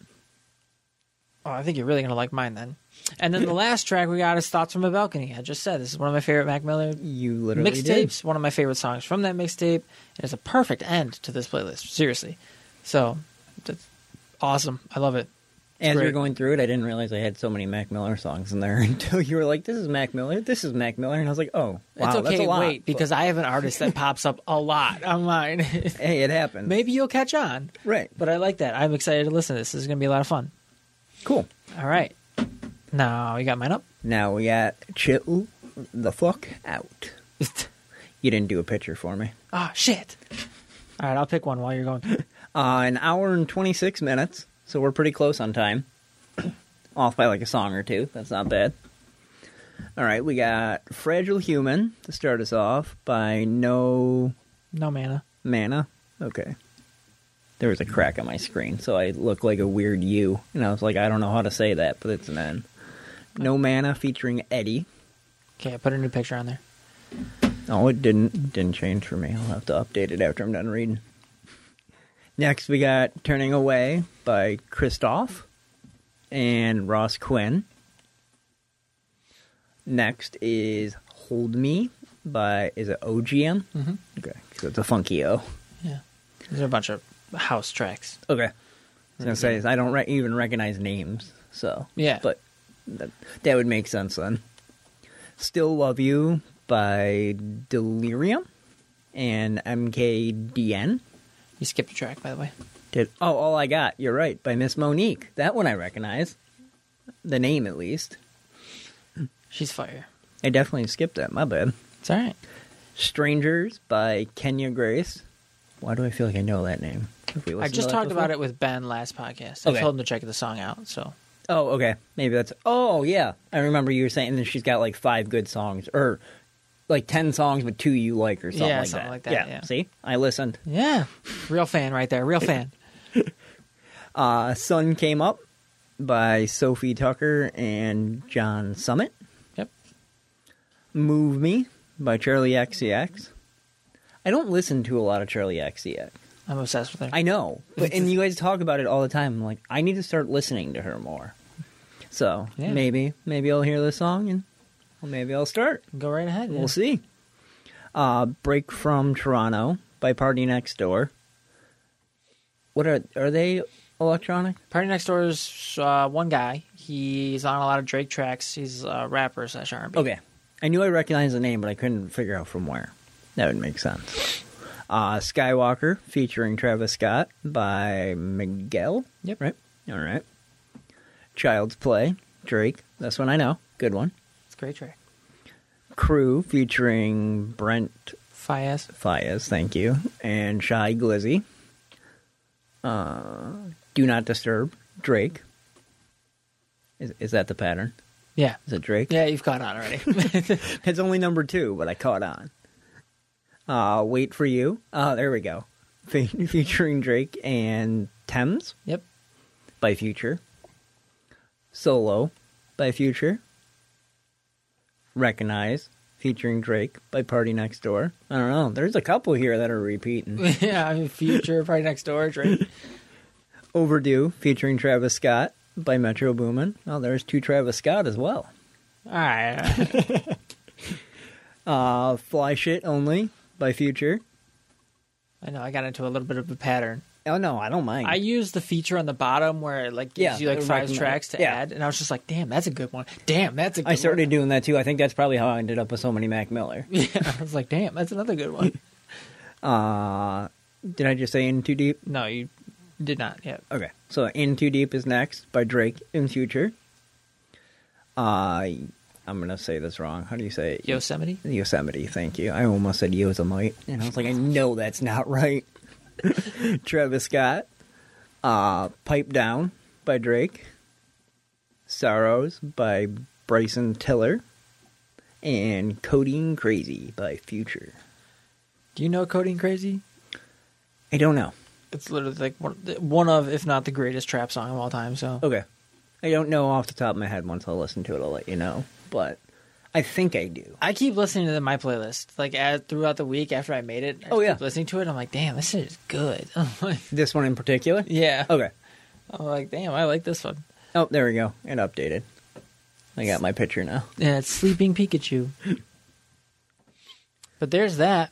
Oh, I think you're really going to like mine then. And then the last track we got is Thoughts from a Balcony. I just said this is one of my favorite Mac Miller You literally did. mixtapes. One of my favorite songs from that mixtape, and it's a perfect end to this playlist. Seriously, so that's awesome. I love it. As we great. were going through it, I didn't realize I had so many Mac Miller songs in there until you were like, "This is Mac Miller. This is Mac Miller," and I was like, "Oh, wow, it's okay. that's a lot." wait, because I have an artist that pops up a lot on mine. But, hey, it happened. Maybe you'll catch on. Right, but But I like that. I'm excited to listen to this. This is going to be a lot of fun. cool. All right. Now you got mine up. Now we got chill the fuck out. You didn't do a picture for me. Ah, shit. All right, I'll pick one while you're going. Uh, an hour and twenty six minutes, so we're pretty close on time. Off by like a song or two. That's not bad. All right, we got "Fragile Human" to start us off by No No mana. Mana. Okay. There was a crack on my screen, so I looked like a weird U. And I was like, I don't know how to say that, but it's an N. No Mana featuring Eddie. Okay, I put a new picture on there. Oh, it didn't didn't change for me. I'll have to update it after I'm done reading. Next, we got "Turning Away" by Christoph and Ross Quinn. Next is "Hold Me" by is it OGM? Mm-hmm. Okay, 'cause it's a funky O. Yeah, these are a bunch of house tracks. Okay. I was gonna say is I don't re- even recognize names, so Yeah. but that, that would make sense then. "Still Love You" by Delirium and MKDN. You skipped a track, by the way. Did oh, all I got. You're right by Miss Monique. That one I recognize, the name at least. She's fire. I definitely skipped that. My bad. It's all right. "Strangers" by Kenya Grace. Why do I feel like I know that name? Have we I listened to just that talked about before? it with Ben last podcast. I Okay. told him to check the song out. So Oh, okay. Maybe that's. Oh, yeah. I remember you were saying that she's got like five good songs, or like ten songs with two you like, or something Yeah, like something that. like that, yeah. See, I listened. yeah, real fan right there. Real fan. Uh, "Sun Came Up" by Sophie Tucker and John Summit. Yep. "Move Me" by Charlie XCX. I don't listen to a lot of Charlie XCX. I'm obsessed with her. I know, but and you guys talk about it all the time. I'm like, I need to start listening to her more. So Yeah. maybe, maybe I'll hear this song and maybe I'll start. Go right ahead. yeah. We'll see. Uh, Break from Toronto by Party Next Door. What are are they electronic? Party next door is uh, one guy. He's on a lot of Drake tracks. He's a rapper slash R&B. Okay, I knew I recognized the name, but I couldn't figure out from where. That would make sense. Uh, Skywalker featuring Travis Scott by Miguel. Yep. Right. All right. Child's Play, Drake. That's one I know. Good one. It's a great track. Crew featuring Brent Fias. Fias, thank you. And Shy Glizzy. Uh, Do Not Disturb, Drake. Is, is that the pattern? Yeah. Is it Drake? Yeah, you've caught on already. It's only number two, but I caught on. Uh, Wait for You. Oh, there we go. fe- featuring Drake and Thames Yep. by Future, Solo by Future, Recognize featuring Drake by Party Next Door. I don't know. There's a couple here that are repeating. yeah, I mean, Future, probably next door, right? Overdue featuring Travis Scott by Metro Boomin. Oh, there's two Travis Scott as well. All right. Uh, Fly Shit Only by Future. I know I got into a little bit of a pattern. Oh no, I don't mind. I used the feature on the bottom where it like gives Yeah, you like it five recommend- tracks to yeah. add, and I was just like, "Damn, that's a good one. Damn, that's a good I started doing that too. I think that's probably how I ended up with so many Mac Miller. one." Yeah, I was like, "Damn, that's another good one." Uh, did I just say In Too Deep? No, you did not. Yeah. Okay, so In Too Deep is next by Drake in Future. Uh, I'm gonna say this wrong. How do you say it? Yosemite. Yosemite, thank you. I almost said Yosemite, and I was like, I know that's not right. Travis Scott, uh, Pipe Down by Drake, Sorrows by Bryson Tiller, and Codeine Crazy by Future. Do you know Coding Crazy? I don't know. It's literally like one, one of, if not the greatest trap song of all time. So Okay. I don't know off the top of my head. Once I listen to it, I'll let you know. But I think I do. I keep listening to the- my playlist like as, throughout the week after I made it. I Oh, keep yeah. listening to it, I'm like, "Damn, this shit is good." I'm like, This one in particular? yeah. Okay. I'm like, "Damn, I like this one." Oh, there we go. It updated. I got my picture now. Yeah, it's Sleeping Pikachu. but there's that.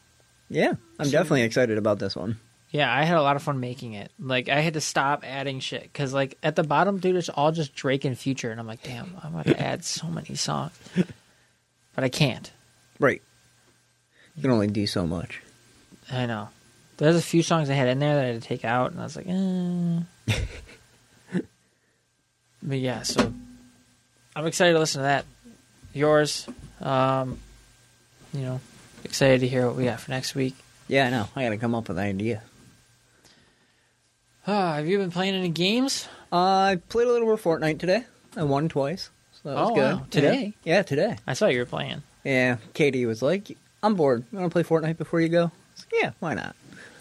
Yeah, I'm definitely excited about this one. Yeah, I had a lot of fun making it. Like, I had to stop adding shit because, like, at the bottom, dude, it's all just Drake and Future, and I'm like, damn, I'm about to add so many songs, but I can't. Right. You can only do so much. I know. There's a few songs I had in there that I had to take out, and I was like, eh. but yeah, so I'm excited to listen to that. Yours, um, you know, excited to hear what we got for next week. Yeah, I know. I got to come up with an idea. Ah, have you been playing any games? Uh, I played a little more Fortnite today. I won twice, so that was Oh, good. wow. Today? Yeah. Yeah, today. I saw you were playing. Yeah, Katie was like, "I'm bored. You want to play Fortnite before you go?" I was like, yeah, why not?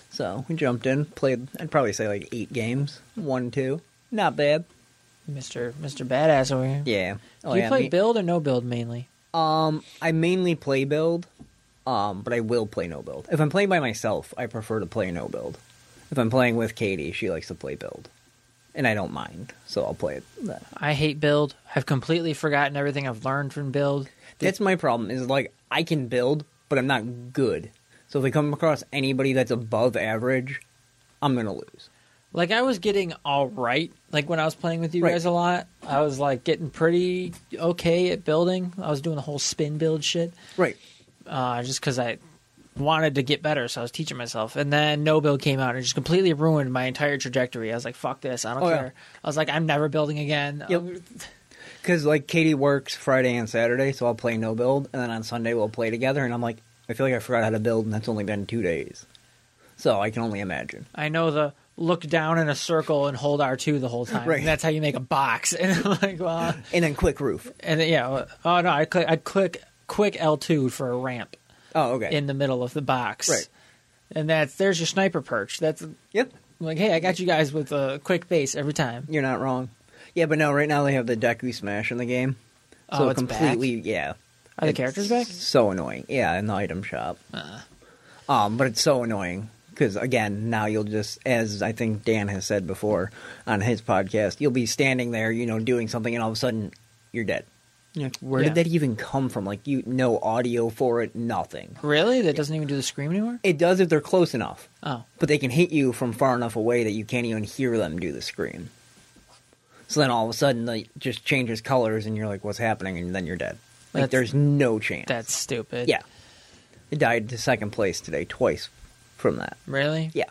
So we jumped in, played. I'd probably say like eight games, one, two, not bad. Mr. Mr. Badass over here. Yeah. Oh, Do you yeah, play me- build or no build mainly? Um, I mainly play build, um, but I will play no build. If I'm playing by myself, I prefer to play no build. If I'm playing with Katie, she likes to play build, and I don't mind, so I'll play it. That. I hate build. I've completely forgotten everything I've learned from build. That's my problem. Is like I can build, but I'm not good. So if I come across anybody that's above average, I'm gonna lose. Like I was getting all right. Like when I was playing with you Right. guys a lot, I was like getting pretty okay at building. I was doing the whole spin build shit, Right. uh, just because I wanted to get better. So I was teaching myself, and then no build came out and it just completely ruined my entire trajectory. I was like, "Fuck this! I don't Oh, yeah. care." I was like, "I'm never building again." Um, Yep. Because like Katie works Friday and Saturday, so I'll play no build, and then on Sunday we'll play together. And I'm like, I feel like I forgot how to build, and that's only been two days. So I can only imagine. I know the look down in a circle and hold R two the whole time. Right. And that's how you make a box. And I'm like, well, And then quick roof. and then, yeah, well, oh no, I click, I click quick L two for a ramp Oh, okay. in the middle of the box. Right. And that's there's your sniper perch. That's yep. like, hey, I got you guys with a quick base every time. You're not wrong. Yeah, but no, right now they have the Deku Smash in the game. So Oh, it's back? completely, yeah. Are the It's characters back? Uh. So annoying. Yeah, in the item shop. Um, but it's so annoying because again, now you'll just, as I think Dan has said before on his podcast, you'll be standing there, you know, doing something, and all of a sudden you're dead. You're like, Where did Yeah. that even come from? Like, you no audio for it, nothing. Really? That doesn't even do the scream anymore? It does if they're close enough. Oh. but they can hit you from far enough away that you can't even hear them do the scream. So then all of a sudden, like, it just changes colors, and you're like, "What's happening?" And then you're dead. Like, That's- there's no chance. That's stupid. yeah. I died to second place today twice from that. Really? Yeah,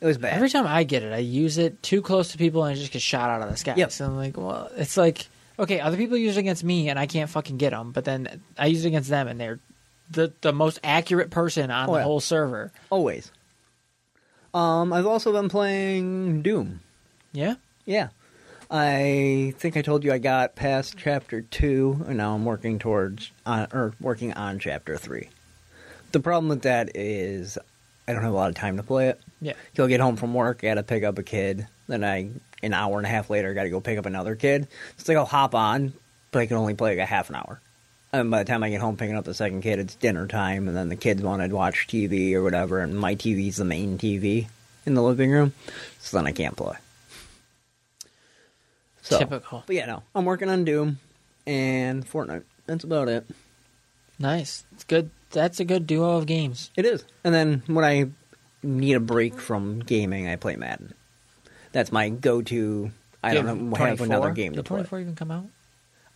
it was bad. Every time I get it, I use it too close to people and I just get shot out of the sky. Yep. So I'm like, well, it's like, okay, other people use it against me and I can't fucking get them, but then I use it against them and they're the, the most accurate person on Oh, the yeah. whole server. Always. Um, I've also been playing Doom. Yeah? Yeah. I think I told you I got past chapter two, and now I'm working towards uh, or working on chapter three. The problem with that is I don't have a lot of time to play it, Yeah. he'll get home from work, gotta pick up a kid. Then I, an hour and a half later, gotta go pick up another kid. It's like I'll hop on, but I can only play like a half an hour. And by the time I get home picking up the second kid, it's dinner time, and then the kids want to watch TV or whatever, and my TV's the main TV in the living room, so then I can't play. So, Typical. But yeah, no, I'm working on Doom and Fortnite. That's about it. Nice. It's good. That's a good duo of games. It is. And then when I need a break from gaming, I play Madden. That's my go-to. I Do you don't know, have another 24? game to Did play. 24 even come out?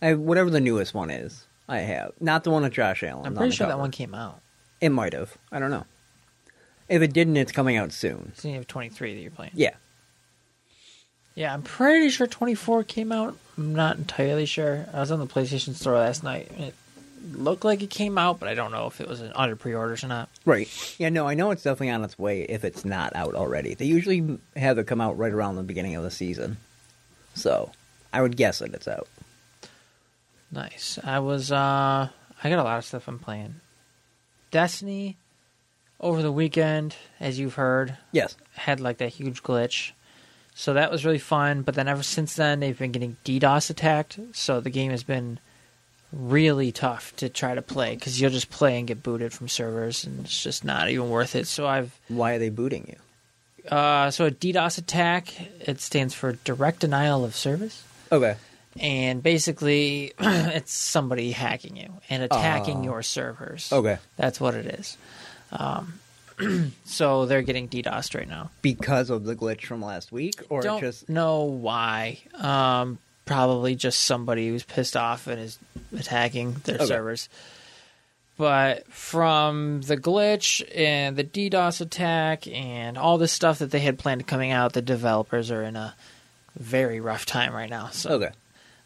I, whatever the newest one is, I have. Not the one with Josh Allen. I'm on pretty the sure that cover. one came out. It might have. I don't know. If it didn't, it's coming out soon. So you have 23 that you're playing. Yeah. Yeah, I'm pretty sure 24 came out. I'm not entirely sure. I was on the PlayStation store last night. and It looked like it came out, but I don't know if it was an under pre-orders or not. Right. Yeah, no, I know it's definitely on its way if it's not out already. They usually have it come out right around the beginning of the season. So, I would guess that it's out. Nice. I was uh I got a lot of stuff I'm playing. Destiny over the weekend, as you've heard, Yes. had like that huge glitch. So that was really fun, but then ever since then they've been getting DDoS attacked, so the game has been really tough to try to play cuz you'll just play and get booted from servers and it's just not even worth it. So I've Why are they booting you? uh so a DDoS attack, it stands for direct denial of service Okay. and basically it's somebody hacking you and attacking your servers. Okay. That's what it is. Um, so they're getting DDoSed right now. because of the glitch from last week, or Don't just know why. Um, probably just somebody who's pissed off and is attacking their Okay. servers. But from the glitch and the DDoS attack and all this stuff that they had planned coming out, the developers are in a very rough time right now. So okay?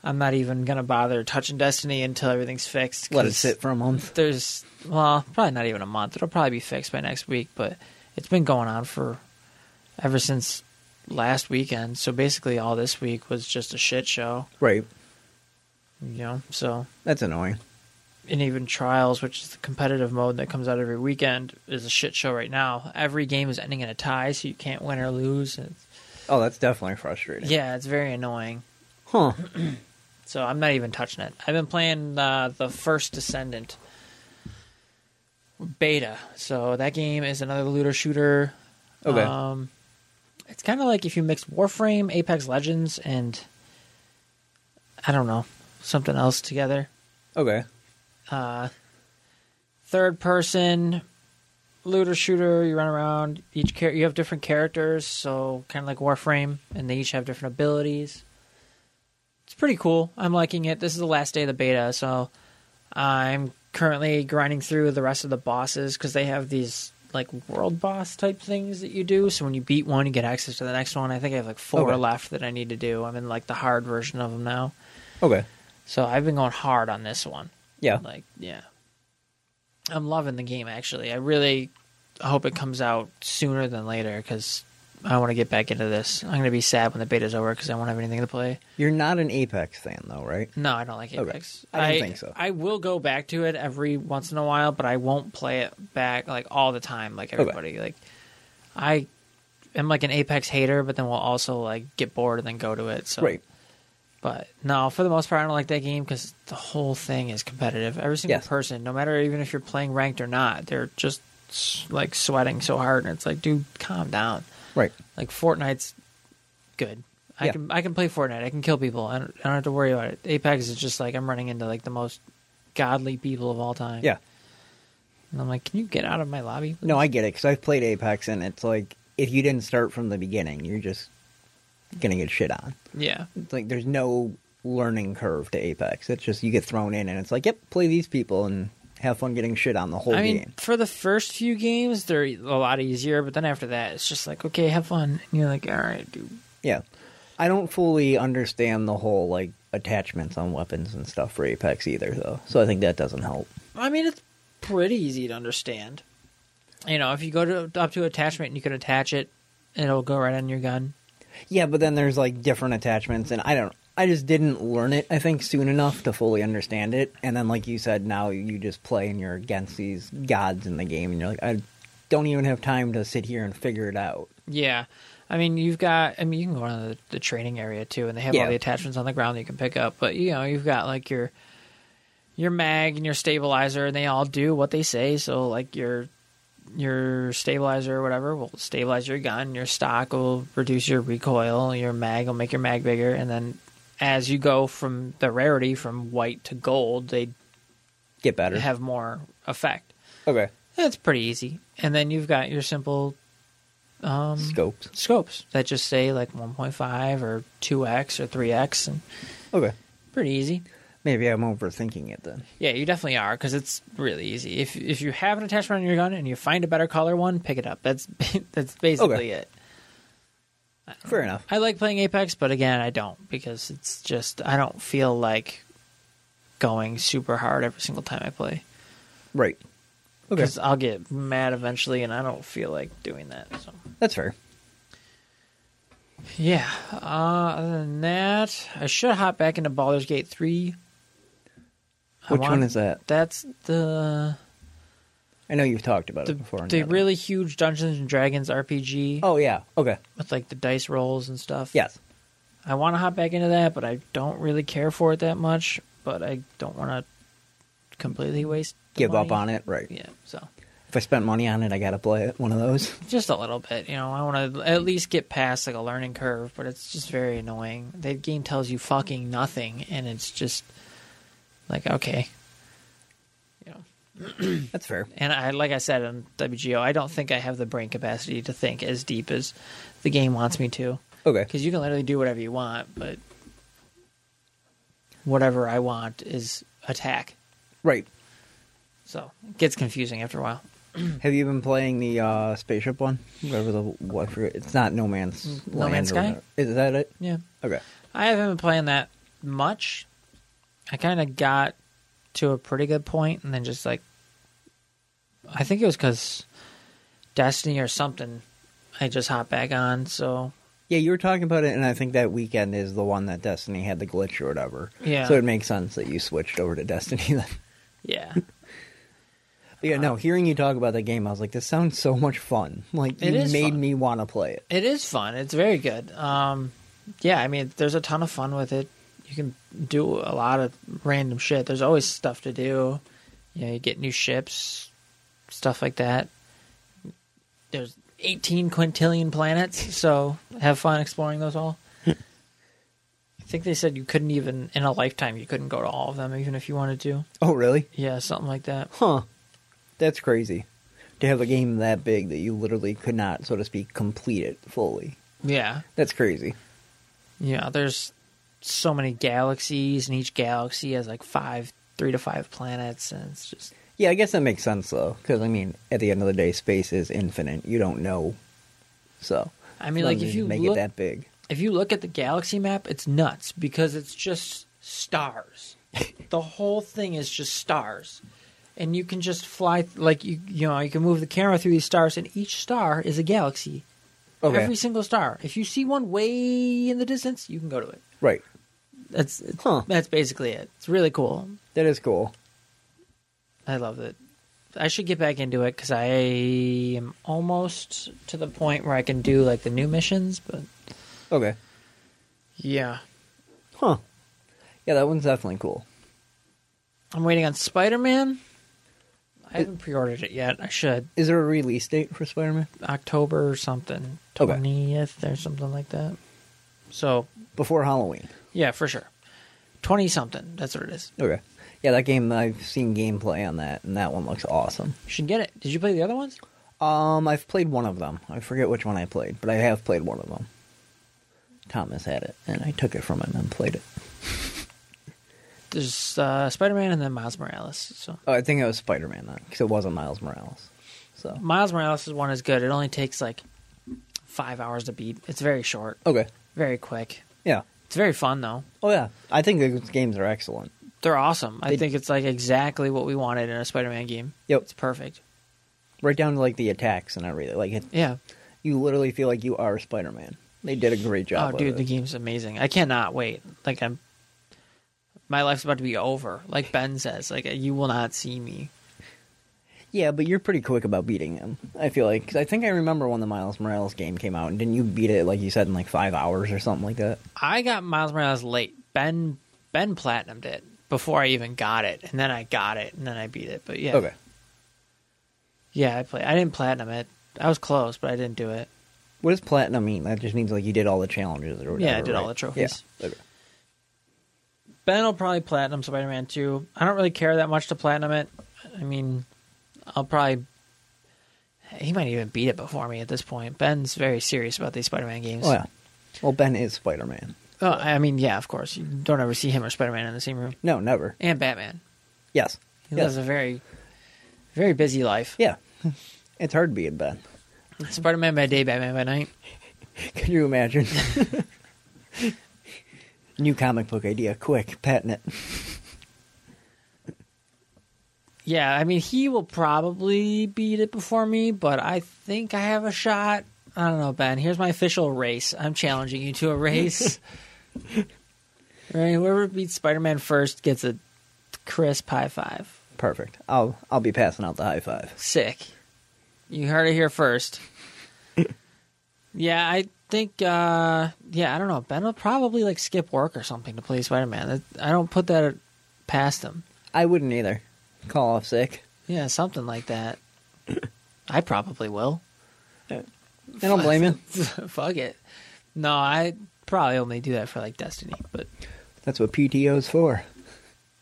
I'm not even gonna bother touching Destiny until everything's fixed. Let it 'cause sit for a month. There's well, probably not even a month. It'll probably be fixed by next week, but it's been going on for ever since last weekend. So basically, all this week was just a shit show, Right. you know. So That's annoying. and even trials, which is the competitive mode that comes out every weekend, is a shit show right now. Every game is ending in a tie, so you can't win or lose. It's, Oh, that's definitely frustrating. yeah, it's very annoying. Huh. So I'm not even touching it. I've been playing uh, the first Descendant beta. So that game is another looter shooter. Okay. Um, it's kind of like if you mixed Warframe, Apex Legends, and I don't know something else together. Okay. Uh, third person looter shooter. You run around. Each char- you have different characters, so kind of like Warframe, and they each have different abilities. It's pretty cool. I'm liking it. This is the last day of the beta, so I'm currently grinding through the rest of the bosses because they have these like world boss type things that you do. So when you beat one, you get access to the next one. I think I have like four Okay. left that I need to do. I'm in like the hard version of them now. Okay. So I've been going hard on this one. Yeah. Like, yeah. I'm loving the game, actually. I really hope it comes out sooner than later because I want to get back into this. I'm going to be sad when the beta's over because I won't have anything to play. You're not an Apex fan though, right? No, I don't like Okay. Apex. I didn't think so. I will go back to it every once in a while, but I won't play it back like all the time, like everybody. Like, I am like an Apex hater, but then we'll also like get bored and then go to it. So Right. but no, for the most part, I don't like that game because the whole thing is competitive. Every single Yes. person, no matter even if you're playing ranked or not, they're just s- like sweating so hard, and it's like, dude, calm down. Right. Like Fortnite's good. I Yeah. can I can play Fortnite. I can kill people. I don't, I don't have to worry about it. Apex is just like I'm running into like the most godly people of all time. Yeah. and I'm like, can you get out of my lobby? No, I get it because I've played Apex and it's like if you didn't start from the beginning, you're just gonna get shit on. Yeah, It's like there's no learning curve to Apex. It's just you get thrown in and it's like, yep, play these people and have fun getting shit on the whole I mean, game. for the first few games, they're e, a lot easier, but then after that, it's just like, okay, have fun. And you're like, all right, dude. Yeah. I don't fully understand the whole like attachments on weapons and stuff for Apex either though. So I think that doesn't help. I mean, it's pretty easy to understand. You know, if you go to up to attachment and you can attach it, it'll go right on your gun. Yeah, but then there's like different attachments and I don't I just didn't learn it I think soon enough to fully understand it. And then like you said now you just play and you're against these gods in the game and you're like I don't even have time to sit here and figure it out. Yeah. I mean, you've got. I mean, you can go on the, the training area too, and they have Yeah. all the attachments on the ground that you can pick up. But you know, you've got like your your mag and your stabilizer, and they all do what they say. So like your your stabilizer or whatever will stabilize your gun. Your stock will reduce your recoil. Your mag will make your mag bigger, and then as you go from the rarity from white to gold, they Get better. have more effect. okay. It's pretty easy. And then you've got your simple Mm-hmm. Scopes. scopes that just say like 1.5 or 2x or 3x and Okay. pretty easy Maybe I'm overthinking it then. yeah you definitely are because it's really easy if if you have an attachment on your gun and you find a better color one pick it up that's that's basically Okay. it Fair enough. i like playing apex but again i don't because it's just i don't feel like going super hard every single time i play Right. Okay. because i'll get mad eventually and i don't feel like doing that so That's fair. yeah uh, other than that i should hop back into baldur's gate 3 I Which one want- is that? That's the I know you've talked about the, it before. in the another- really huge Dungeons and Dragons RPG Oh yeah. Okay. with like the dice rolls and stuff. Yes. I want to hop back into that, but I don't really care for it that much. But I don't want to completely waste the Give up money. on it. Right. Yeah, so If I spent money on it, I gotta play it. One of those. just a little bit, you know. I want to at least get past like a learning curve, but it's just very annoying. The game tells you fucking nothing, and it's just like okay, you know. That's fair. And I, like I said on WGO, I don't think I have the brain capacity to think as deep as the game wants me to. Okay. Because you can literally do whatever you want, but whatever I want is attack. Right. So it gets confusing after a while. Have you been playing the uh, spaceship one? Whatever the what, I forget. It's not No Man's Mm, No Land Man's or Sky? whatever. Is that it? Yeah. Okay. I haven't been playing that much. I kind of got to a pretty good point and then just like I think it was cuz Destiny or something I just hopped back on, so Yeah, you were talking about it, and I think that weekend is the one that Destiny had the glitch or whatever. Yeah. So it makes sense that you switched over to Destiny then. yeah. But yeah, Uh, no, hearing you talk about that game, I was like, this sounds so much fun. Like, It you is made fun. me want to play it. It is fun. It's very good. Um, yeah, I mean, there's a ton of fun with it. You can do a lot of random shit. There's always stuff to do. You know, you get new ships, stuff like that. There's 18 quintillion planets, so have fun exploring those all. I think they said you couldn't even in a lifetime you couldn't go to all of them, even if you wanted to. Oh, really? Yeah, something like that. Huh. That's crazy. To have a game that big that you literally could not, so to speak, complete it fully. Yeah, That's crazy. Yeah, there's so many galaxies, and each galaxy has like five, three to five planets, and it's just Yeah, I guess that makes sense, though, because, I mean, at the end of the day, space is infinite. You don't know. So. I mean, why like, would if you make look- it that big. if you look at the galaxy map, it's nuts because it's just stars. the whole thing is just stars. And you can just fly like you you know, you can move the camera through these stars and each star is a galaxy. Okay. Every single star. If you see one way in the distance, you can go to it. Right. That's Huh. that's basically it. It's really cool. That is cool. I love it. I should get back into it because I am almost to the point where I can do like the new missions, but Okay. yeah, Huh. Yeah, that one's definitely cool. I'm waiting on Spider Man. I haven't pre-ordered it yet. I should Is there a release date for Spider Man? October or something, Okay. twentieth or something like that. So Before Halloween. yeah, for sure, twenty something. That's what it is. Okay. Yeah, that game I've seen gameplay on that, and that one looks awesome. You should get it. Did you play the other ones? Um, I've played one of them. I forget which one I played, but I have played one of them. Thomas had it, and I took it from him and played it. There's uh, Spider Man and then Miles Morales. So Oh, I think it was Spider Man then, because it wasn't Miles Morales. So Miles Morales' one is good. It only takes like five hours to beat. It's very short, okay, very quick. yeah, It's very fun though. oh yeah, I think those games are excellent. They're awesome. I They- think it's like exactly what we wanted in a Spider-Man game. Yep. it's perfect. Right down to like the attacks and everything. Like it, Yeah. you literally feel like you are Spider Man. They did a great Oh, job. with dude, it. the game's amazing. I cannot wait. Like I'm, uh, my life's about to be over. Like Ben says, like you will not see me. Yeah, but you're pretty quick about beating him. I feel like 'cause I think I remember when the Miles Morales game came out, and didn't you beat it like you said in like five hours or something like that? I got Miles Morales late. Ben Ben Platinum did before I even got it, and then I got it, and then I beat it. But yeah, Okay. yeah, I played. I didn't platinum it. I was close, but I didn't do it. What does platinum mean? That just means like you did all the challenges or whatever. Yeah, I did all right? the trophies. Yeah. Okay. Ben will probably platinum Spider Man 2. I don't really care that much to platinum it. I mean, I'll probably. He might even beat it before me at this point. Ben's very serious about these Spider Man games. Oh yeah. Well, Ben is Spider Man. Oh, I mean, yeah, of course. You don't ever see him or Spider Man in the same room. No, never. And Batman. Yes. He yes. lives a very, very busy life. Yeah. It's hard being Ben. Spider Man by day, Batman by night. Can you imagine? New comic book idea, quick, patent it. Yeah, I mean, he will probably beat it before me, but I think I have a shot. I don't know, Ben. Here's my official race. I'm challenging you to a race. All right, whoever beats Spider Man first gets a crisp high five. Perfect. I'll I'll be passing out the high five. Sick. You heard it here first. yeah, I think. uh Yeah, I don't know. Ben will probably like skip work or something to play Spider Man. I don't put that past him. I wouldn't either. Call off sick. Yeah, something like that. I probably will. I don't blame you. Fuck it. No, I probably only do that for like Destiny, but That's what PTO is for.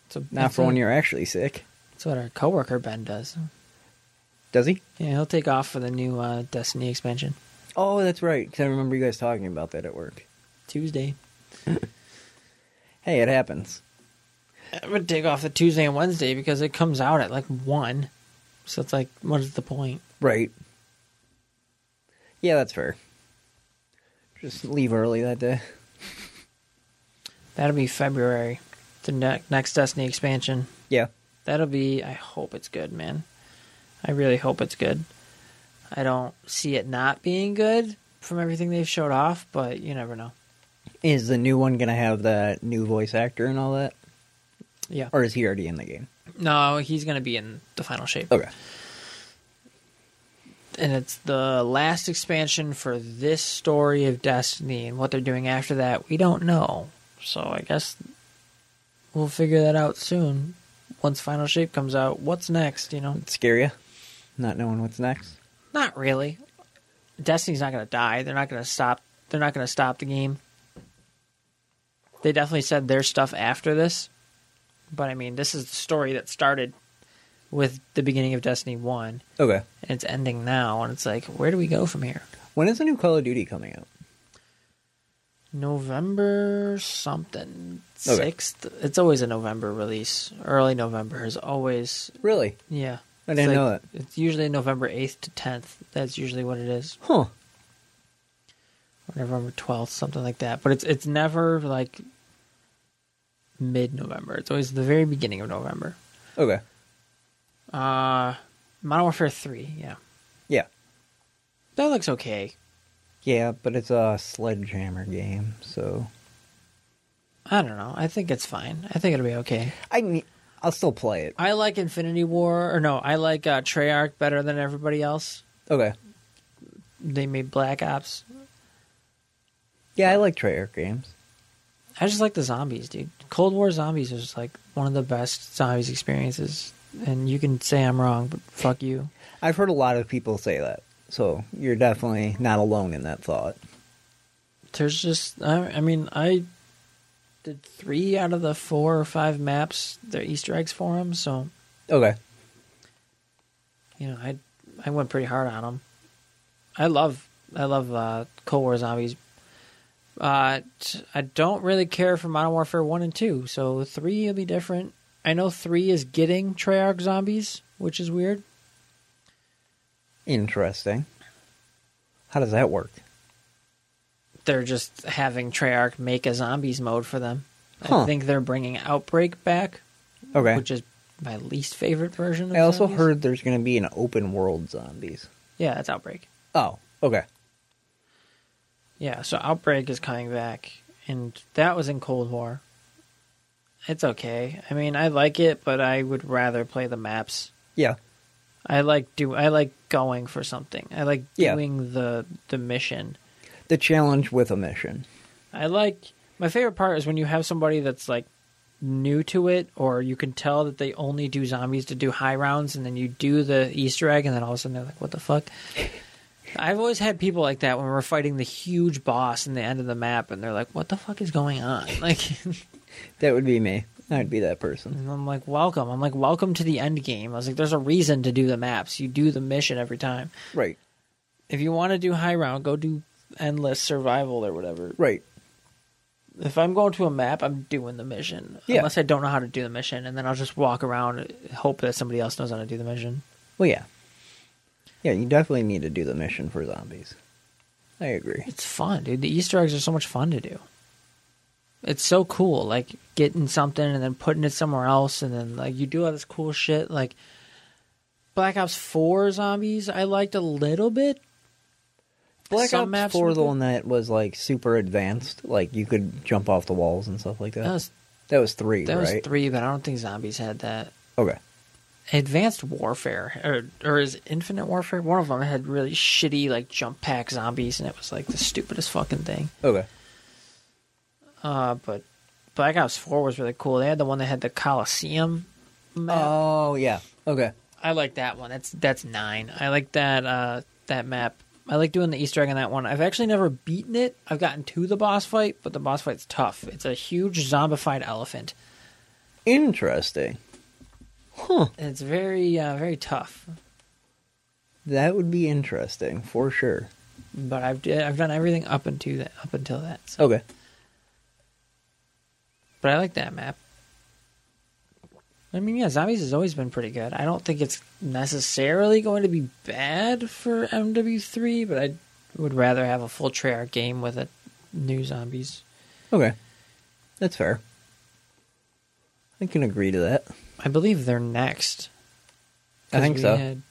it's a, Not it's for when a- you're actually sick. It's what our coworker Ben does. Does he? Yeah, he'll take off for the new uh, Destiny expansion Oh, that's right. Because I remember you guys talking about that at work. Tuesday. Hey, it happens. I would take off the Tuesday and Wednesday because it comes out at like one. So it's like, what is the point? Right. Yeah, that's fair. Just leave early that day. That'll be February, the ne- next Destiny expansion. Yeah. That'll be. I hope it's good, man. I really hope it's good. I don't see it not being good from everything they've showed off, but you never know. Is the new one gonna have that new voice actor and all that? Yeah. Or is he already in the game? No, he's going to be in the final shape. Okay. And it's the last expansion for this story of Destiny, and what they're doing after that, we don't know. So I guess we'll figure that out soon. Once Final Shape comes out, what's next, you know? Scare you? Not knowing what's next? Not really. Destiny's not going to die. They're not going to stop. They're not going to stop the game. They definitely said their stuff after this, but I mean, this is the story that started with the beginning of Destiny One, Okay. and it's ending now. And it's like, where do we go from here? When is the new Call of Duty coming out? November something Okay. sixth. It's always a November release. Early November is always Really? yeah. I It's didn't like- know that. It's usually November eighth to tenth. That's usually what it is. Huh. or November twelfth, something like that. But it's it's never like mid November. It's always the very beginning of November. Okay. Uh Modern Warfare three, yeah. Yeah. That looks okay. Yeah, but it's a sledgehammer game, so I don't know. I think it's fine. I think it'll be okay. I mean I'll still play it. I like Infinity War or no, I like uh Treyarch better than everybody else. Okay. They made Black Ops. Yeah, I like Treyarch games. I just like the zombies, dude. Cold War zombies is like one of the best zombies experiences. And you can say I'm wrong, but fuck you. I've heard a lot of people say that. So you're definitely not alone in that thought. there's just I, I mean I did three out of the four or five maps they're Easter eggs for them so Okay. you know I I went pretty hard on them I love I love uh, Cold War Zombies uh t- I don't really care for Modern Warfare one and two so three will be different I know three is getting Treyarch zombies which is weird Interesting. How does that work? they're just having Treyarch make a zombies mode for them I Huh. think they're bringing Outbreak back Okay. which is my least favorite version of I also zombies. heard there's going to be an open world zombies. Yeah, that's Outbreak. Oh, okay. Yeah, so Outbreak is coming back, and that was in Cold War. It's okay. I mean, I like it, but I would rather play the maps. Yeah. I like do I like going for something. I like Yeah. doing the the mission. The challenge with a mission. I like my favorite part is when you have somebody that's like new to it or you can tell that they only do zombies to do high rounds and then you do the Easter egg and then all of a sudden they're like, What the fuck? I've always had people like that when we're fighting the huge boss in the end of the map and they're like, What the fuck is going on? Like That would be me. I'd be that person. and I'm like, Welcome. I'm like, Welcome to the end game. I was like, There's a reason to do the maps. You do the mission every time. Right. If you want to do high round, go do endless survival or whatever. Right. if I'm going to a map, I'm doing the mission. Yeah. Unless I don't know how to do the mission, and then I'll just walk around, and hope that somebody else knows how to do the mission. Well, yeah. Yeah, you definitely need to do the mission for zombies. I agree. It's fun, dude. The Easter eggs are so much fun to do. It's so cool, like getting something and then putting it somewhere else, and then like you do all this cool shit. Like Black Ops Four zombies, I liked a little bit. Black Some Ops maps 4 were the good. one that was like super advanced, like you could jump off the walls and stuff like that. That was that was 3, that right? was three, but I don't think zombies had that. Okay. Advanced Warfare or or is it Infinite Warfare? One of them had really shitty like jump pack zombies, and it was like the stupidest fucking thing. Okay. Uh, but Black Ops Four was really cool. They had the one that had the Coliseum. Map. Oh, yeah. Okay. I like that one. That's that's nine. I like that uh that map. I like doing the Easter egg on that one. I've actually never beaten it. I've gotten to the boss fight, but the boss fight's tough. It's a huge zombified elephant. Interesting. And it's very uh, very tough. That would be interesting for sure. But I've d- I've done everything up until that up until that. So. Okay. But I like that map. I mean, yeah, zombies has always been pretty good. I don't think it's necessarily going to be bad for MW3, but I would rather have a full Treyarch game with a new zombies. Okay. That's fair. I can agree to that. I believe they're next. I 'Cause think we so. Had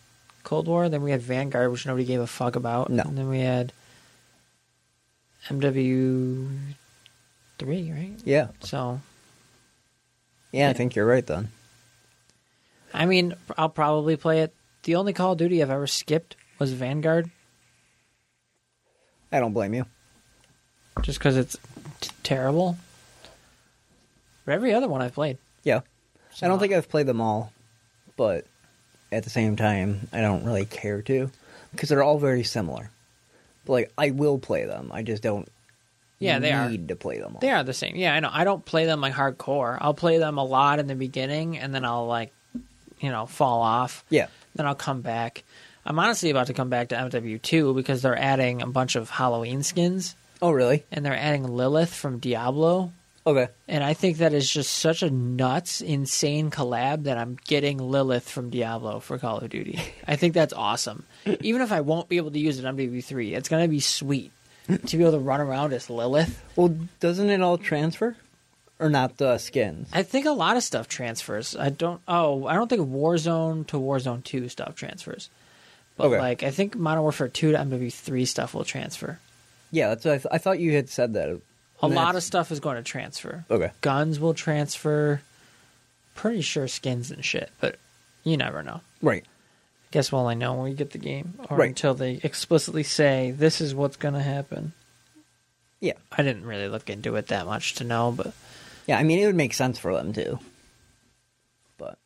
Cold War, then we had Vanguard, which nobody gave a fuck about. No. And then we had MW3, right? Yeah. So Yeah, I think you're right then. I mean, I'll probably play it. The only Call of Duty I've ever skipped was Vanguard, I don't blame you. just because it's t- terrible. But every other one I've played, Yeah. I don't not- think I've played them all, but at the same time, I don't really care to because they're all very similar. But like, I will play them. I just don't yeah, they are need to play them all. they are the same. Yeah, I know. I don't play them like hardcore. I'll play them a lot in the beginning, and then I'll like, you know, fall off. Yeah. Then I'll come back. I'm honestly about to come back to MW2 because they're adding a bunch of Halloween skins Oh, really? and they're adding Lilith from Diablo. Okay. And I think that is just such a nuts, insane collab that I'm getting Lilith from Diablo for Call of Duty. I think that's awesome. Even if I won't be able to use it on MW3, it's going to be sweet to be able to run around as Lilith. Well, doesn't it all transfer? Or not the skins? I think a lot of stuff transfers. I don't. Oh, I don't think Warzone to Warzone Two stuff transfers. But Okay. like, I think Modern Warfare Two to MW3 stuff will transfer. Yeah, that's what I, th- I thought you had said that. A And lot of that's- stuff is going to transfer. Okay. Guns will transfer. Pretty sure skins and shit, but you never know. Right. Guess we'll only know when we get the game, or Right. until they explicitly say this is what's going to happen. Yeah. I didn't really look into it that much to know, but Yeah, I mean, it would make sense for them too. But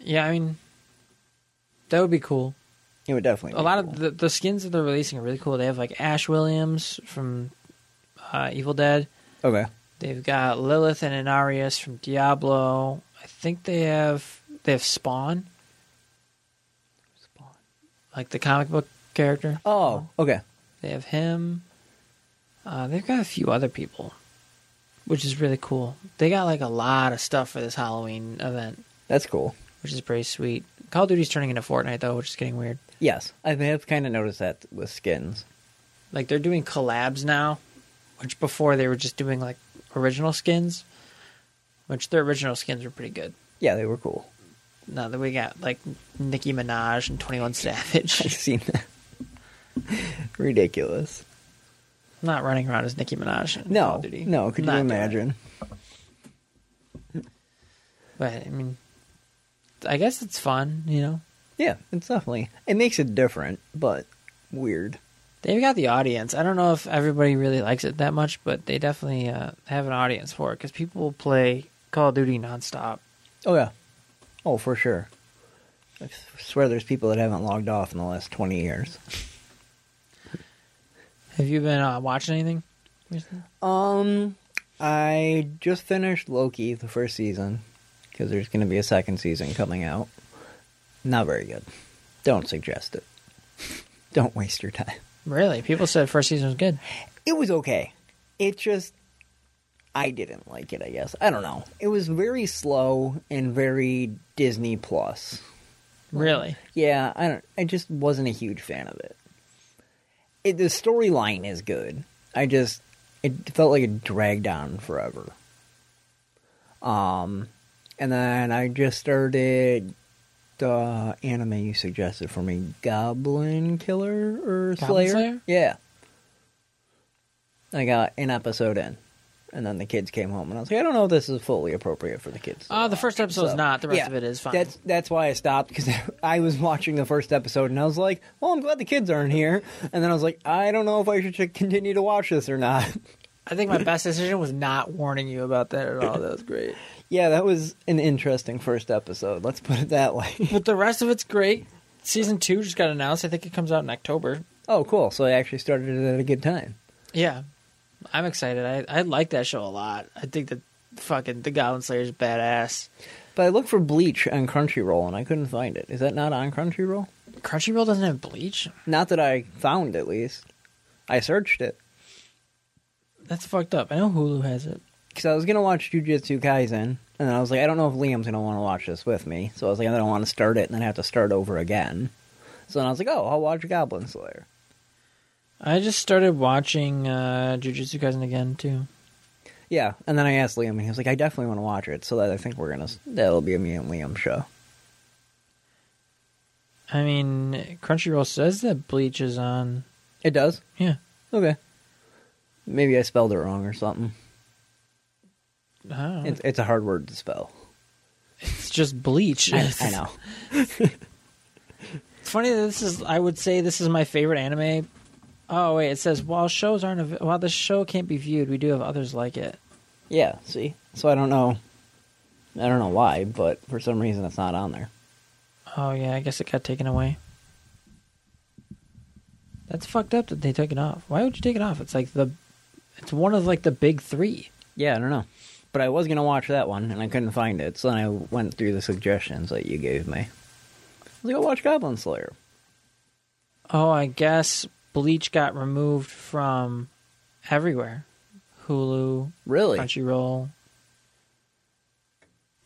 yeah, I mean, that would be cool. it would definitely a be lot cool. of the, the skins that they're releasing are really cool. They have like Ash Williams from uh, Evil Dead. Okay. They've got Lilith and Inarius from Diablo. I think they have they have Spawn, Spawn. like the comic book character. Oh, okay. They have him. Uh, they've got a few other people, which is really cool. They got like a lot of stuff for this Halloween event, That's cool. which is pretty sweet. Call of Duty's turning into Fortnite though, which is getting weird. Yes, I have kind of noticed that with skins. like they're doing collabs now, which before they were just doing like original skins, which their original skins were pretty good. Yeah, they were cool. Now that we got like Nicki Minaj and Twenty One I've Savage, seen that. Ridiculous. not running around as Nicki Minaj. in Call No, of Duty. no. Could Not you doing it. imagine? But I mean, I guess it's fun, you know. Yeah, it's definitely. It makes it different, but weird. They've got the audience. I don't know if everybody really likes it that much, but they definitely uh, have an audience for it because people will play Call of Duty nonstop. Oh yeah. Oh, for sure. I s- swear there's people that haven't logged off in the last 20 years. Have you been uh, watching anything? recently? Um, I just finished Loki the first season because there's going to be a second season coming out. Not very good. Don't suggest it. Don't waste your time. Really? People said first season was good. It was okay. It just I didn't like it, I guess. I don't know. It was very slow and very Disney plus. Really? Yeah, I don't. I just wasn't a huge fan of it. it the storyline is good. I just it felt like it dragged on forever. Um, and then I just started the anime you suggested for me, Goblin Killer or Goblin Slayer. Slayer? Yeah, I got an episode in. And then the kids came home, and I was like, I don't know if this is fully appropriate for the kids. to Uh, the first episode is so- not. The rest yeah, of it is fine. That's that's why I stopped because I was watching the first episode and I was like, "Well, I'm glad the kids aren't here." And then I was like, "I don't know if I should ch- continue to watch this or not." I think my best decision was not warning you about that at all. That was great. yeah, that was an interesting first episode. Let's put it that way. But the rest of it's great. Season two just got announced. I think it comes out in October. oh, cool. So I actually started it at a good time. Yeah, I'm excited. I I like that show a lot. I think that fucking the Goblin Slayer is badass. But I looked for Bleach on Crunchyroll and I couldn't find it. Is that not on Crunchyroll? Crunchyroll doesn't have Bleach. Not that I found, at least. I searched it. That's fucked up. I know Hulu has it. because I was gonna watch Jujutsu Kaisen, and then I was like, I don't know if Liam's gonna want to watch this with me, so I was like, I don't want to start it and then have to start over again. So then I was like, oh, I'll watch Goblin Slayer. I just started watching uh, Jujutsu Kaisen again too. Yeah, and then I asked Liam, and he was like, I definitely want to watch it, so that I think we're gonna that'll be a me and Liam show. I mean, Crunchyroll says that Bleach is on. It does. Yeah, Okay. Maybe I spelled it wrong or something. I don't know. It's it's a hard word to spell. It's just Bleach. I, I know. It's funny that this is. I would say this is my favorite anime. Oh wait, it says while shows aren't av- while the show can't be viewed, we do have others like it. Yeah. See. So I don't know. I don't know why, but for some reason it's not on there. Oh yeah, I guess it got taken away. That's fucked up that they took it off. Why would you take it off? It's like the, it's one of like the big three. Yeah, I don't know. But I was going to watch that one, and I couldn't find it, so then I went through the suggestions that you gave me. I was like, I'll watch Goblin Slayer. Oh, I guess Bleach got removed from everywhere, Hulu, Really? Crunchyroll.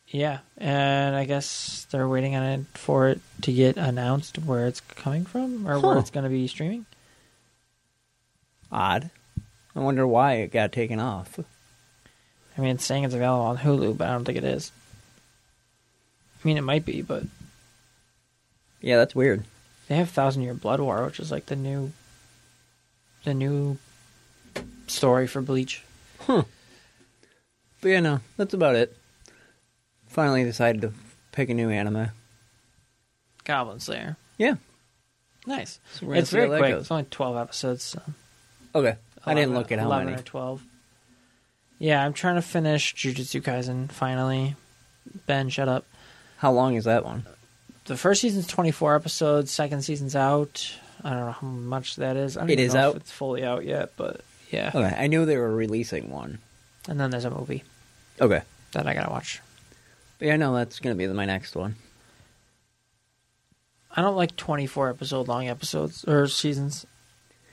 Yeah, and I guess they're waiting on it for it to get announced where it's coming from or where Huh. it's going to be streaming. Odd. I wonder why it got taken off. I mean, it's saying it's available on Hulu, but I don't think it is. I mean, it might be, but Yeah, that's weird. they have Thousand Year Blood War, which is like the new, the new story for Bleach. But yeah, no, that's about it. Finally decided to pick a new anime. Goblin Slayer. Yeah. Nice. So we're gonna it's see very how that quick. goes. It's only twelve episodes. So Okay. I didn't look at how 11 many. or twelve. Yeah, I'm trying to finish Jujutsu Kaisen finally. Ben, shut up. How long is that one? The first season's 24 episodes. Second season's out. I don't know how much that is. I don't It even is know out? If it's fully out yet, but yeah. Okay, I knew they were releasing one. And then there's a movie Okay. that I gotta watch. But yeah, no, that's going to be my next one. I don't like 24 episode long episodes or seasons.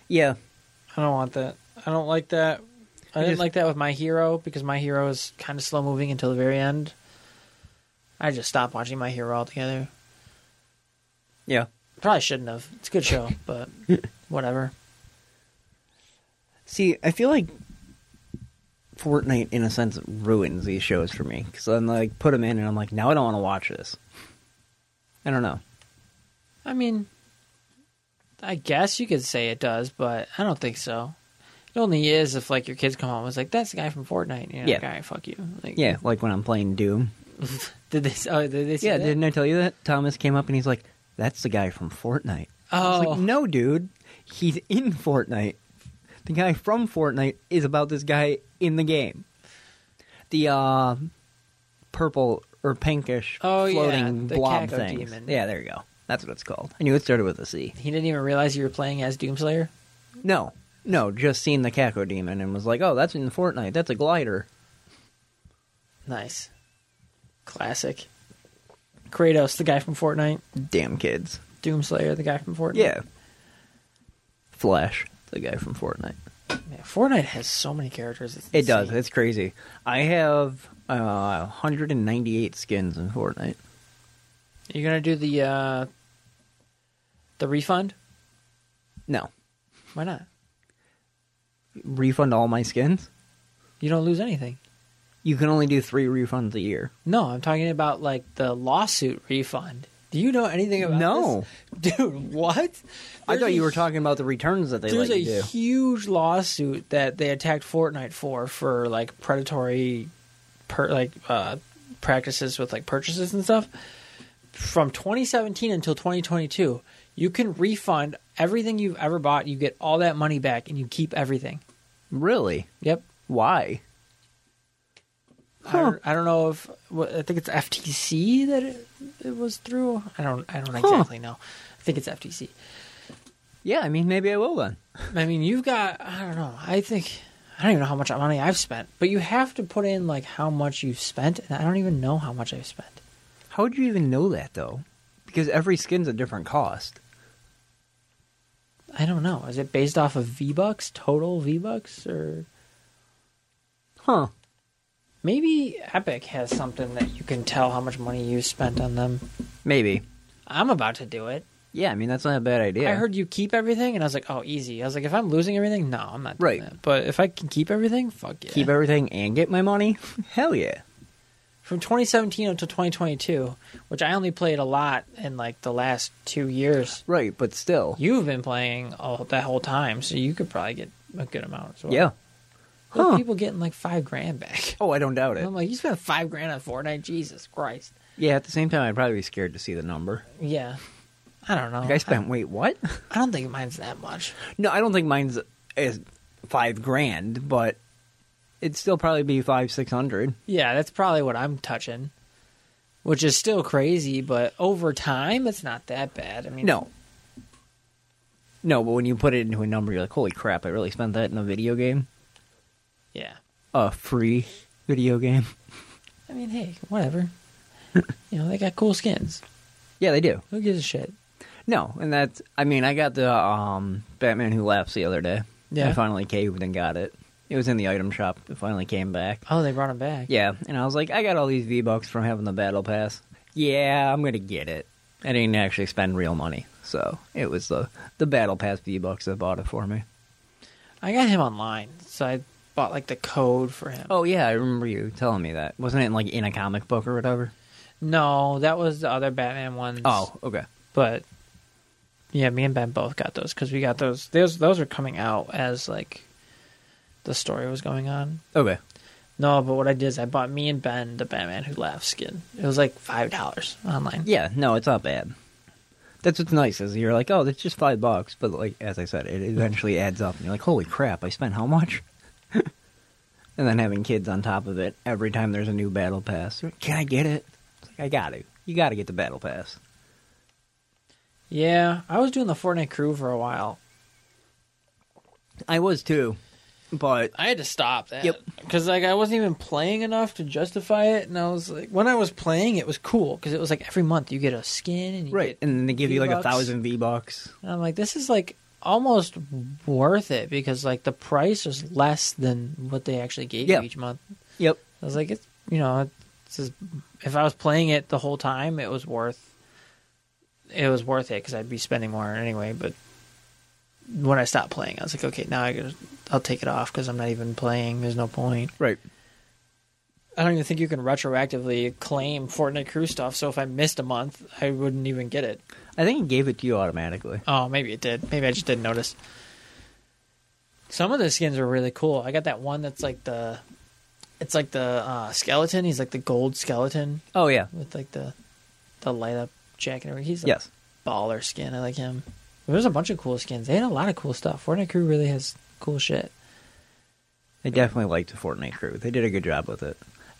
Yeah. I don't want that. I don't like that. I didn't just- like that with My Hero because My Hero is kind of slow moving until the very end. I just stopped watching My Hero altogether. Yeah. Probably shouldn't have. It's a good show, but whatever. See, I feel like Fortnite, in a sense, ruins these shows for me because I'm like put them in, and I'm like, now I don't want to watch this. I don't know. I mean, I guess you could say it does, but I don't think so. It only is if like your kids come home and it's like that's the guy from Fortnite. You know, Yeah. Guy, fuck you. Like, Yeah, like when I'm playing Doom. Did they? Oh, did they say Yeah, that? didn't I tell you that? Thomas came up and he's like, "That's the guy from Fortnite." I was Oh. like, "No, dude, he's in Fortnite. The guy from Fortnite is about this guy in the game. The uh, purple or pinkish Oh, yeah, floating the blob Kako thing. demon. Yeah, there you go. That's what it's called. I knew it started with a C. He didn't even realize you were playing as Doomslayer. No, no, just seen the Kako demon and was like, "Oh, that's in Fortnite. That's a glider." Nice, classic. Kratos, the guy from Fortnite. Damn kids. Doomslayer, the guy from Fortnite. Yeah. Flash, the guy from Fortnite. Man, Fortnite has so many characters. It's It does. insane. It's crazy. I have uh, 198 skins in Fortnite. You're gonna do the uh, the refund? No, Why not? refund all my skins. You don't lose anything. You can only do three refunds a year. No, I'm talking about like the lawsuit refund. Do you know anything about No. this? dude? What? I There's thought a you were talking about the returns that they There's let you a do. huge lawsuit that they attacked Fortnite for for like predatory, per, like uh, practices with like purchases and stuff. From 2017 until 2022, you can refund everything you've ever bought. You get all that money back, and you keep everything. Really? Yep. Why? I, don't, I don't know if what, I think it's FTC that it, it was through. I don't. I don't exactly know. I think it's FTC. Yeah, I mean, maybe I will then. I mean, you've got, I don't know, I think, I don't even know how much money I've spent, but you have to put in like how much you've spent, and I don't even know how much I've spent. How would you even know that though? Because every skin's a different cost. I don't know. Is it based off of V Bucks, total V Bucks, or Huh? maybe Epic has something that you can tell how much money you spent on them? Maybe. I'm about to do it. Yeah, I mean that's not a bad idea. I heard you keep everything, and I was like, oh, easy. I was like, if I'm losing everything, no, I'm not doing Right. that. But if I can keep everything, fuck yeah. keep everything and get my money. Hell yeah. from 2017 until 2022, which I only played a lot in like the last two years. Right, but still. You've been playing all that whole time, so you could probably get a good amount as well. Yeah. Those Huh. people getting like five grand back. Oh, I don't doubt it. I'm like, you spent five grand on Fortnite, Jesus Christ. Yeah, at the same time, I'd probably be scared to see the number. Yeah, I don't know. Like, I spent, wait, what? I don't think mine's that much. No, I don't think mine's is five grand, but it'd still probably be five, six hundred. Yeah, that's probably what I'm touching, which is still crazy, but over time, it's not that bad. I mean, No. No, but when you put it into a number, you're like, holy crap, I really spent that in a video game? yeah. A free video game? I mean, hey, whatever. you know, they got cool skins. Yeah, they do. Who gives a shit? No, and that's, I mean, I got the um, Batman Who Laughs the other day. Yeah. I finally caved and got it. It was in the item shop. It finally came back. Oh, they brought him back. Yeah, and I was like, I got all these V Bucks from having the battle pass. Yeah, I'm gonna get it. I didn't actually spend real money, so it was the the battle pass V Bucks that bought it for me. I got him online, so I bought like the code for him. Oh yeah, I remember you telling me that. Wasn't it like in a comic book or whatever? No, that was the other Batman ones. Oh, okay. but yeah, me and Ben both got those because we got those. Those those were coming out as like the story was going on. Okay. No, but what I did is I bought me and Ben the Batman Who Laughs skin. It was like five dollars online. Yeah, no, it's not bad. That's what's nice is you're like, oh, that's just five bucks, but like as I said, it eventually adds up, and you're like, holy crap, I spent how much? and then having kids on top of it, every time there's a new battle pass, you're like, can I get it? It's like I got to, you got to get the battle pass. Yeah, I was doing the Fortnite crew for a while. I was too, but I had to stop that. Yep. Because like I wasn't even playing enough to justify it, and I was like, when I was playing, it was cool because it was like every month you get a skin and you get right, and then they give you like a V-Bucks. thousand V bucks. And I'm like, this is like almost worth it because like the price was less than what they actually gave Yeah. you each month. Yep, I was like, it's you know, it's just, if I was playing it the whole time, it was worth it was worth it because I'd be spending more anyway. But when I stopped playing, I was like, okay, now I gotta, I'll take it off because I'm not even playing. There's no point. right. I don't even think you can retroactively claim Fortnite crew stuff. So if I missed a month, I wouldn't even get it. I think it gave it to you automatically. Oh, maybe it did. Maybe I just didn't notice. Some of the skins are really cool. I got that one that's like the It's like the uh, skeleton. He's like the gold skeleton Oh yeah. with like the the light up jacket. and everything. He's a Yes. baller skin. I like him. There's a bunch of cool skins. They had a lot of cool stuff. Fortnite Crew really has cool shit. I definitely liked the Fortnite crew. They did a good job with it.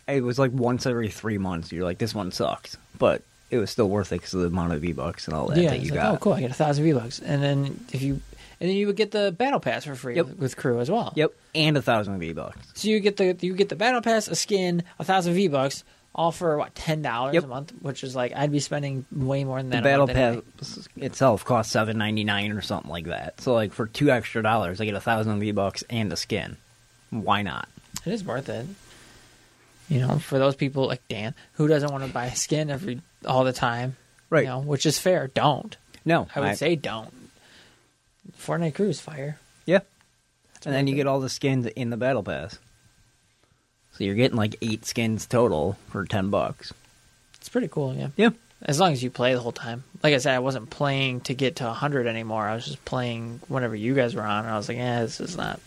It was like once every three months. You're like, this one sucked, but it was still worth it because of the amount of V bucks and all that that it's you like, got. oh cool, I get a thousand V bucks, and then if you and then you would get the battle pass for free Yep. with, with crew as well. Yep, and a thousand V bucks. So you get the you get the battle pass, a skin, a thousand V bucks, all for what ten dollars Yep. a month, which is like I'd be spending way more than that. The a battle month anyway. pass itself costs seven ninety nine or something like that. So like for two extra dollars, I get a thousand V bucks and a skin. Why not? It is worth it. You know, for those people like Dan who doesn't want to buy a skin every all the time, Right. You know, which is fair. Don't No, I would say don't. Fortnite crew is fire. yeah. And then you get all the skins in the battle pass. So you're getting like eight skins total for ten bucks. It's pretty cool. Yeah. Yeah. As long as you play the whole time. Like I said, I wasn't playing to get to 100 anymore. I was just playing whenever you guys were on, and I was like, yeah, this is not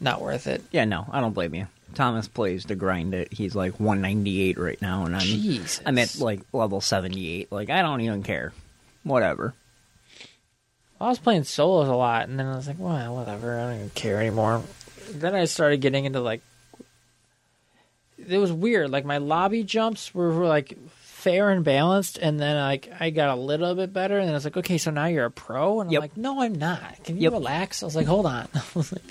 not worth it. Yeah, no, I don't blame you. Thomas plays to grind it. He's like 198 right now, and I'm Jesus. I'm at like level 78. Like I don't even care. Whatever. I was playing solos a lot, and then I was like, well, whatever. I don't even care anymore. Then I started getting into like. It was weird. Like, my lobby jumps were, were like fair and balanced, and then like I got a little bit better, and then I was like, okay, so now you're a pro? And I'm Yep. like, no, I'm not. Can you Yep. relax? I was like, hold on. I was like,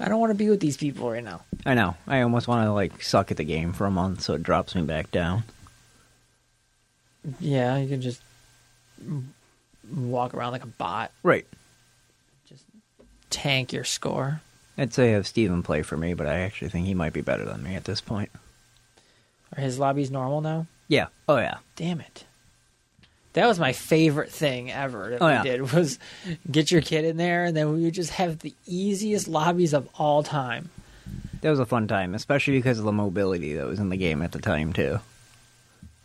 I don't want to be with these people right now. I know. I almost want to like suck at the game for a month, so it drops me back down. Yeah, you can just m- walk around like a bot, Right. tank your score. I'd say have Steven play for me, but I actually think he might be better than me at this point. Are his lobbies normal now? Yeah. Oh yeah. Damn it. That was my favorite thing ever that Oh, we yeah. did was get your kid in there and then we would just have the easiest lobbies of all time. That was a fun time, especially because of the mobility that was in the game at the time too.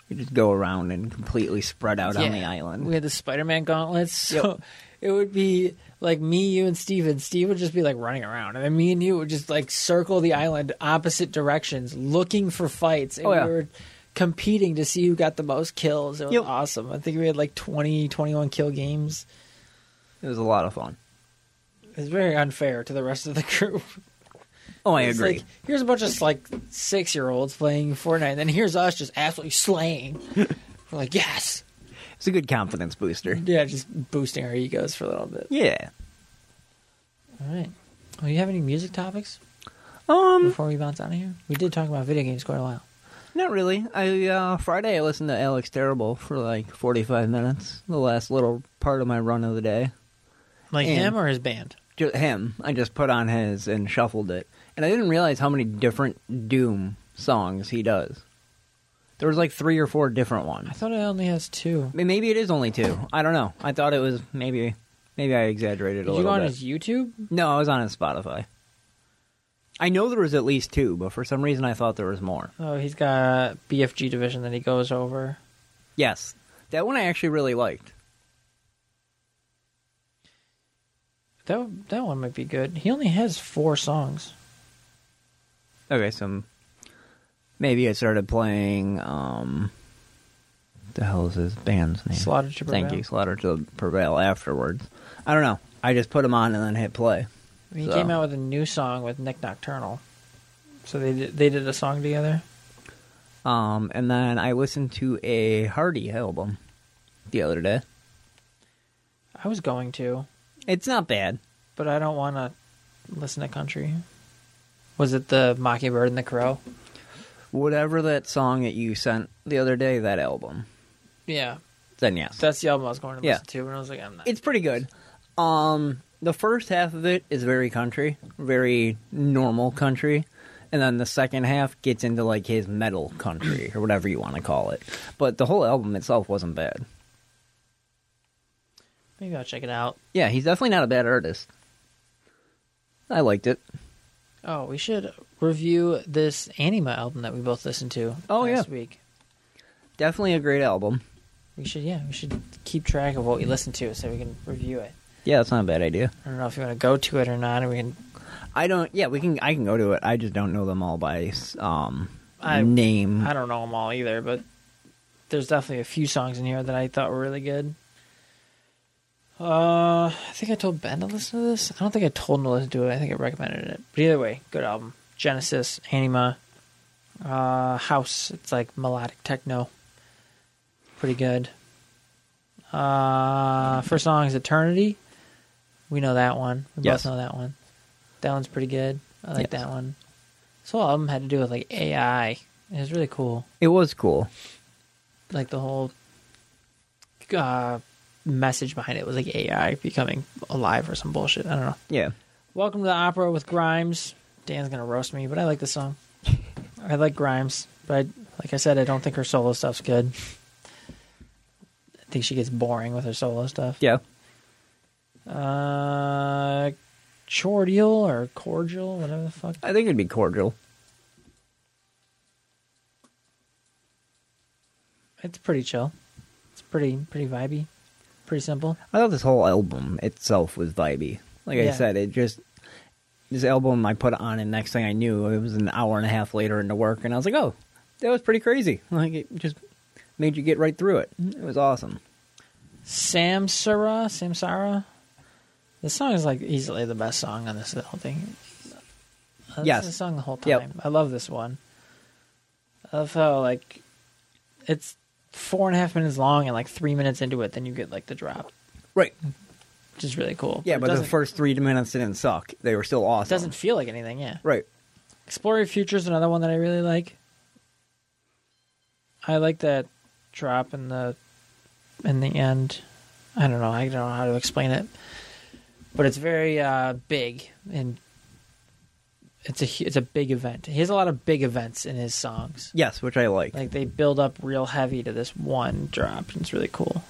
You just go around and completely spread out on the Yeah. island. We had the Spider Man gauntlets. So it would be like me, you, and Steve. And Steve would just be like running around. And then me and you would just like circle the island opposite directions looking for fights. And Oh, yeah. we were competing to see who got the most kills. It was Yep. awesome. I think we had like 20, 21 kill games. It was a lot of fun. It's very unfair to the rest of the group. Oh, I It's agree. Like, here's a bunch of like six year olds playing Fortnite, and then here's us just absolutely slaying. We're like, yes. It's a good confidence booster. Yeah, just boosting our egos for a little bit. Yeah. All right. Well, do you have any music topics Um, before we bounce out of here? We did talk about video games quite a while. not really. I uh Friday I listened to Alex Terrible for like 45 minutes, the last little part of my run of the day. Like And- him or his band? Just him. I just put on his and shuffled it. And I didn't realize how many different Doom songs he does. There was like 3 or 4 different ones. I thought it only has two. I mean, maybe it is only 2. I don't know. I thought it was maybe maybe I exaggerated a Did you little go on bit. his YouTube? No, I was on his Spotify. I know there was at least 2, but for some reason I thought there was more. Oh, he's got BFG division that he goes over. Yes. That one I actually really liked. That that one might be good. He only has four songs. Okay, so maybe I started playing um what the hell is his band's name? Slaughter to Thank Prevail. you, Slaughter to Prevail afterwards. I don't know. I just put him on and then hit play. He So- came out with a new song with Nick Nocturnal. So they did, they did a song together. Um and then I listened to a Hardy album the other day. I was going to, It's not bad. but I don't want to listen to country. Was it the Mockingbird and the Crow? Whatever that song that you sent the other day, that album. Yeah, Then yes. that's the album I was going to Yeah. listen to, and I was like, I'm not. it's pretty good. Um, the first half of it is very country, very normal country, and then the second half gets into like his metal country or whatever you want to call it. But the whole album itself wasn't bad. Maybe I'll check it out. Yeah, he's definitely not a bad artist. I liked it. Oh, we should review this Anima album that we both listened to. Oh, last yeah. week. Definitely a great album. We should, yeah, we should keep track of what we listened to so we can review it. Yeah, that's not a bad idea. I don't know if you want to go to it or not, and we can I don't. Yeah, we can. I can go to it. I just don't know them all by um I- name. I don't know them all either, but there's definitely a few songs in here that I thought were really good. Uh, I think I told Ben to listen to this. I don't think I told him to listen to it. I think I recommended it. But either way, good album. Genesis, Anima, uh, House. It's like melodic techno. Pretty good. Uh, first song is Eternity. We know that one. We Yes. both know that one. That one's pretty good. I like Yes. that one. This whole album had to do with like AI. It was really cool. it was cool. Like the whole uh, message behind it was like AI becoming alive or some bullshit. I don't know. Yeah. Welcome to the Opera with Grimes. Dan's gonna roast me, but I like the song. I like Grimes, but like I said, I don't think her solo stuff's good. I think she gets boring with her solo stuff. Yeah. Uh, Cordial or Cordial, whatever the fuck. I think it'd be cordial. It's pretty chill. It's pretty pretty vibey. Pretty simple. I thought this whole album itself was vibey. Like I Yeah. said, it just this album I put on, and next thing I knew, it was an hour and a half later into work, and I was like, "Oh, that was pretty crazy!" Like it just made you get right through it. It was awesome. Samsara, Samsara. This song is like easily the best song on this whole thing. I listened Yes. to this song the whole time. Yep. I love this one. I love how like it's four and a half minutes long, and like three minutes into it, then you get like the drop, Right. which is really cool. Yeah, it but the doesn't- first three minutes didn't suck. They were still awesome. it doesn't feel like anything. Yeah, Right. Explore Your Future is another one that I really like. I like that drop in the in the end. I don't know. I don't know how to explain it, but it's very uh, big and it's a hu- it's a big event. He has a lot of big events in his songs. Yes, which I like. Like they build up real heavy to this one drop, and it's really cool.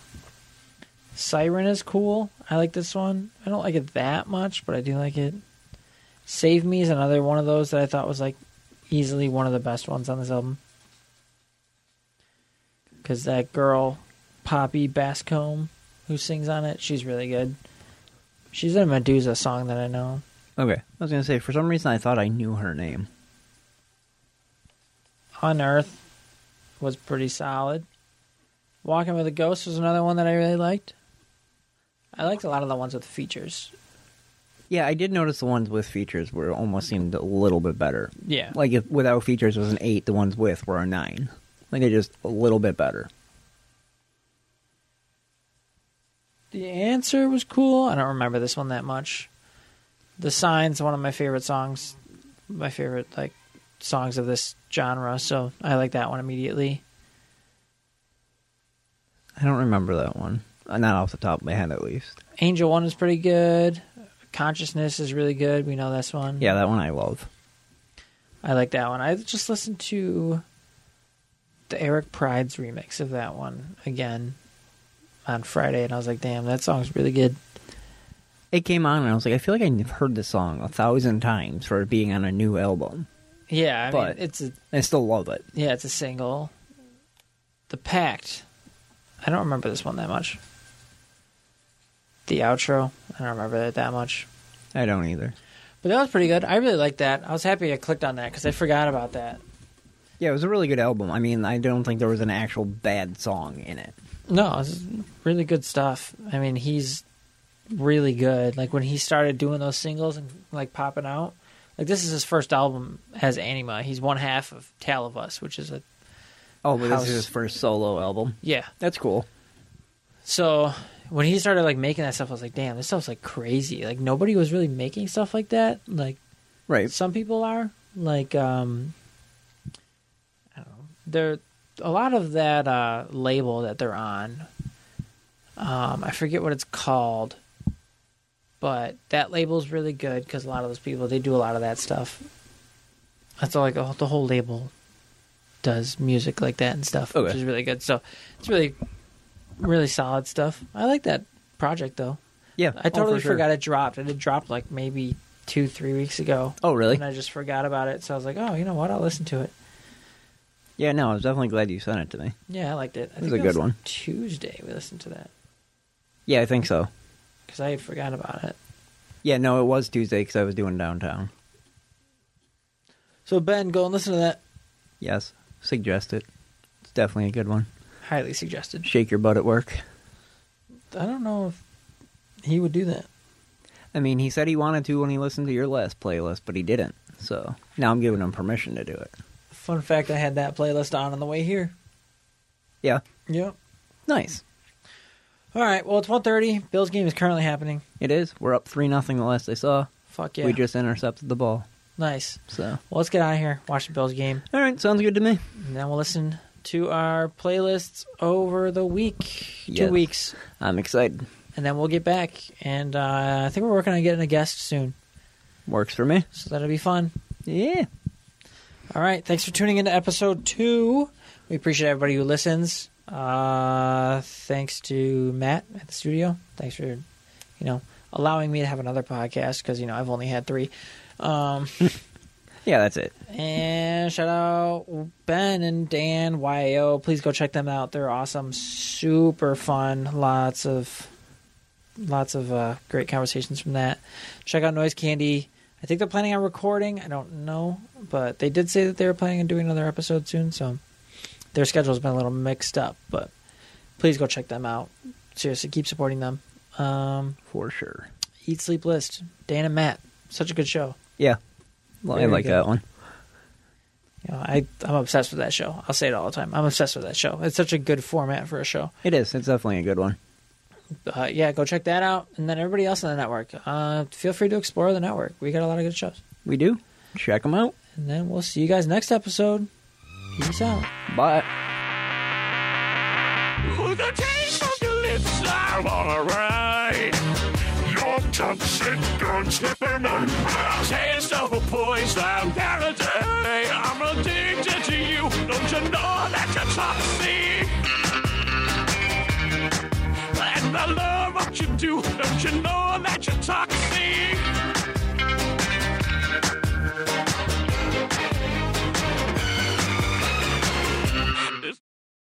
Siren is cool. I like this one. I don't like it that much, but I do like it. Save Me is another one of those that I thought was like easily one of the best ones on this album. Because that girl, Poppy Bascombe, who sings on it, she's really good. She's in a Medusa song that I know. okay. I was gonna say for some reason I thought I knew her name. On Earth was pretty solid. Walking with a Ghost was another one that I really liked. I liked a lot of the ones with features. Yeah, I did notice the ones with features were almost seemed a little bit better. Yeah. Like if without features was an eight, the ones with were a nine. Like they're just a little bit better. The answer was cool. I don't remember this one that much. The Signs, one of my favorite songs, my favorite like songs of this genre, so I like that one immediately. I don't remember that one. Uh, Not off the top of my head, at least. Angel One is pretty good. Consciousness is really good. We know this one. Yeah, that one I love. I like that one. I just listened to the Eric Pride's remix of that one again on Friday, and I was like, "Damn, that song's really good." It came on and I was like, I feel like I've heard this song a thousand times for it being on a new album. Yeah, I But- mean, it's a I still love it. yeah, it's a single. The Pact. I don't remember this one that much. The outro. I don't remember it that much. I don't either. But that was pretty good. I really liked that. I was happy I clicked on that because I forgot about that. Yeah, it was a really good album. I mean, I don't think there was an actual bad song in it. No, it's really good stuff. I mean, he's really good. Like when he started doing those singles and like popping out, like this is his first album as Anima. He's one half of Tale of Us, which is a Oh, but House. this is his first solo album. yeah. That's cool. So when he started like making that stuff, I was like, damn, this stuff's like crazy. Like nobody was really making stuff like that. Like Right. some people are like um i don't know they're a lot of that uh label that they're on um i forget what it's called but that label's really good because a lot of those people they do a lot of that stuff that's all like the whole- the whole label does music like that and stuff which Okay. is really good so it's really really solid stuff i like that project though Yeah. i oh, totally for sure. forgot it dropped it had dropped like maybe two three weeks ago Oh, really? and I just forgot about it. So I was like, oh, you know what? I'll listen to it. Yeah, no, I was definitely glad you sent it to me. Yeah, I liked it. I was think a it good one. Tuesday we listened to that Yeah, I think so. because I had forgotten about it. Yeah, no, it was Tuesday because I was doing downtown. So Ben, go and listen to that. Yes, suggest it. It's definitely a good one. Highly suggested. Shake your butt at work. I don't know if he would do that. I mean, he said he wanted to when he listened to your last playlist, but he didn't. So now I'm giving him permission to do it. Fun fact: I had that playlist on on the way here. Yeah, Yep. nice. All right. Well, it's 1.30. Bills game is currently happening. It is. We're up three nothing. The last I saw, Fuck yeah. we just intercepted the ball. nice. So Well, let's get out of here. Watch the Bills game, all right, sounds good to me. and then we'll listen to our playlists over the week, Yes. two weeks, I'm excited. and then we'll get back. And uh, I think we're working on getting a guest soon, Works for me. so that'll be fun. Yeah. All right. Thanks for tuning in to episode two. We appreciate everybody who listens. Uh, thanks to Matt at the studio. Thanks for, you know, allowing me to have another podcast because you know I've only had three. Um, Yeah, that's it. and shout out Ben and Dan YO. Please go check them out. They're awesome, super fun. Lots of lots of uh, great conversations from that. Check out Noise Candy. I think they're planning on recording. I don't know, but they did say that they were planning on doing another episode soon. So their schedule's been a little mixed up, but please go check them out. Seriously, keep supporting them. Um, For sure. Eat Sleep List. Dan and Matt, such a good show. Yeah. Well, I Very like good. that one. You know, I I'm obsessed with that show. I'll say it all the time. I'm obsessed with that show. It's such a good format for a show. It is. It's definitely a good one. Uh, yeah, go check that out, and then everybody else on the network. Uh, feel free to explore the network. We got a lot of good shows, We do. Check them out. and then we'll see you guys next episode. Peace out. Bye. Oh, the taste of your lips are alright. Your tongue sit on tipping and taste of a poison paradise. I'm addicted to you. Don't you know that you're toxic? And I love what you do. Don't you know that you're toxic?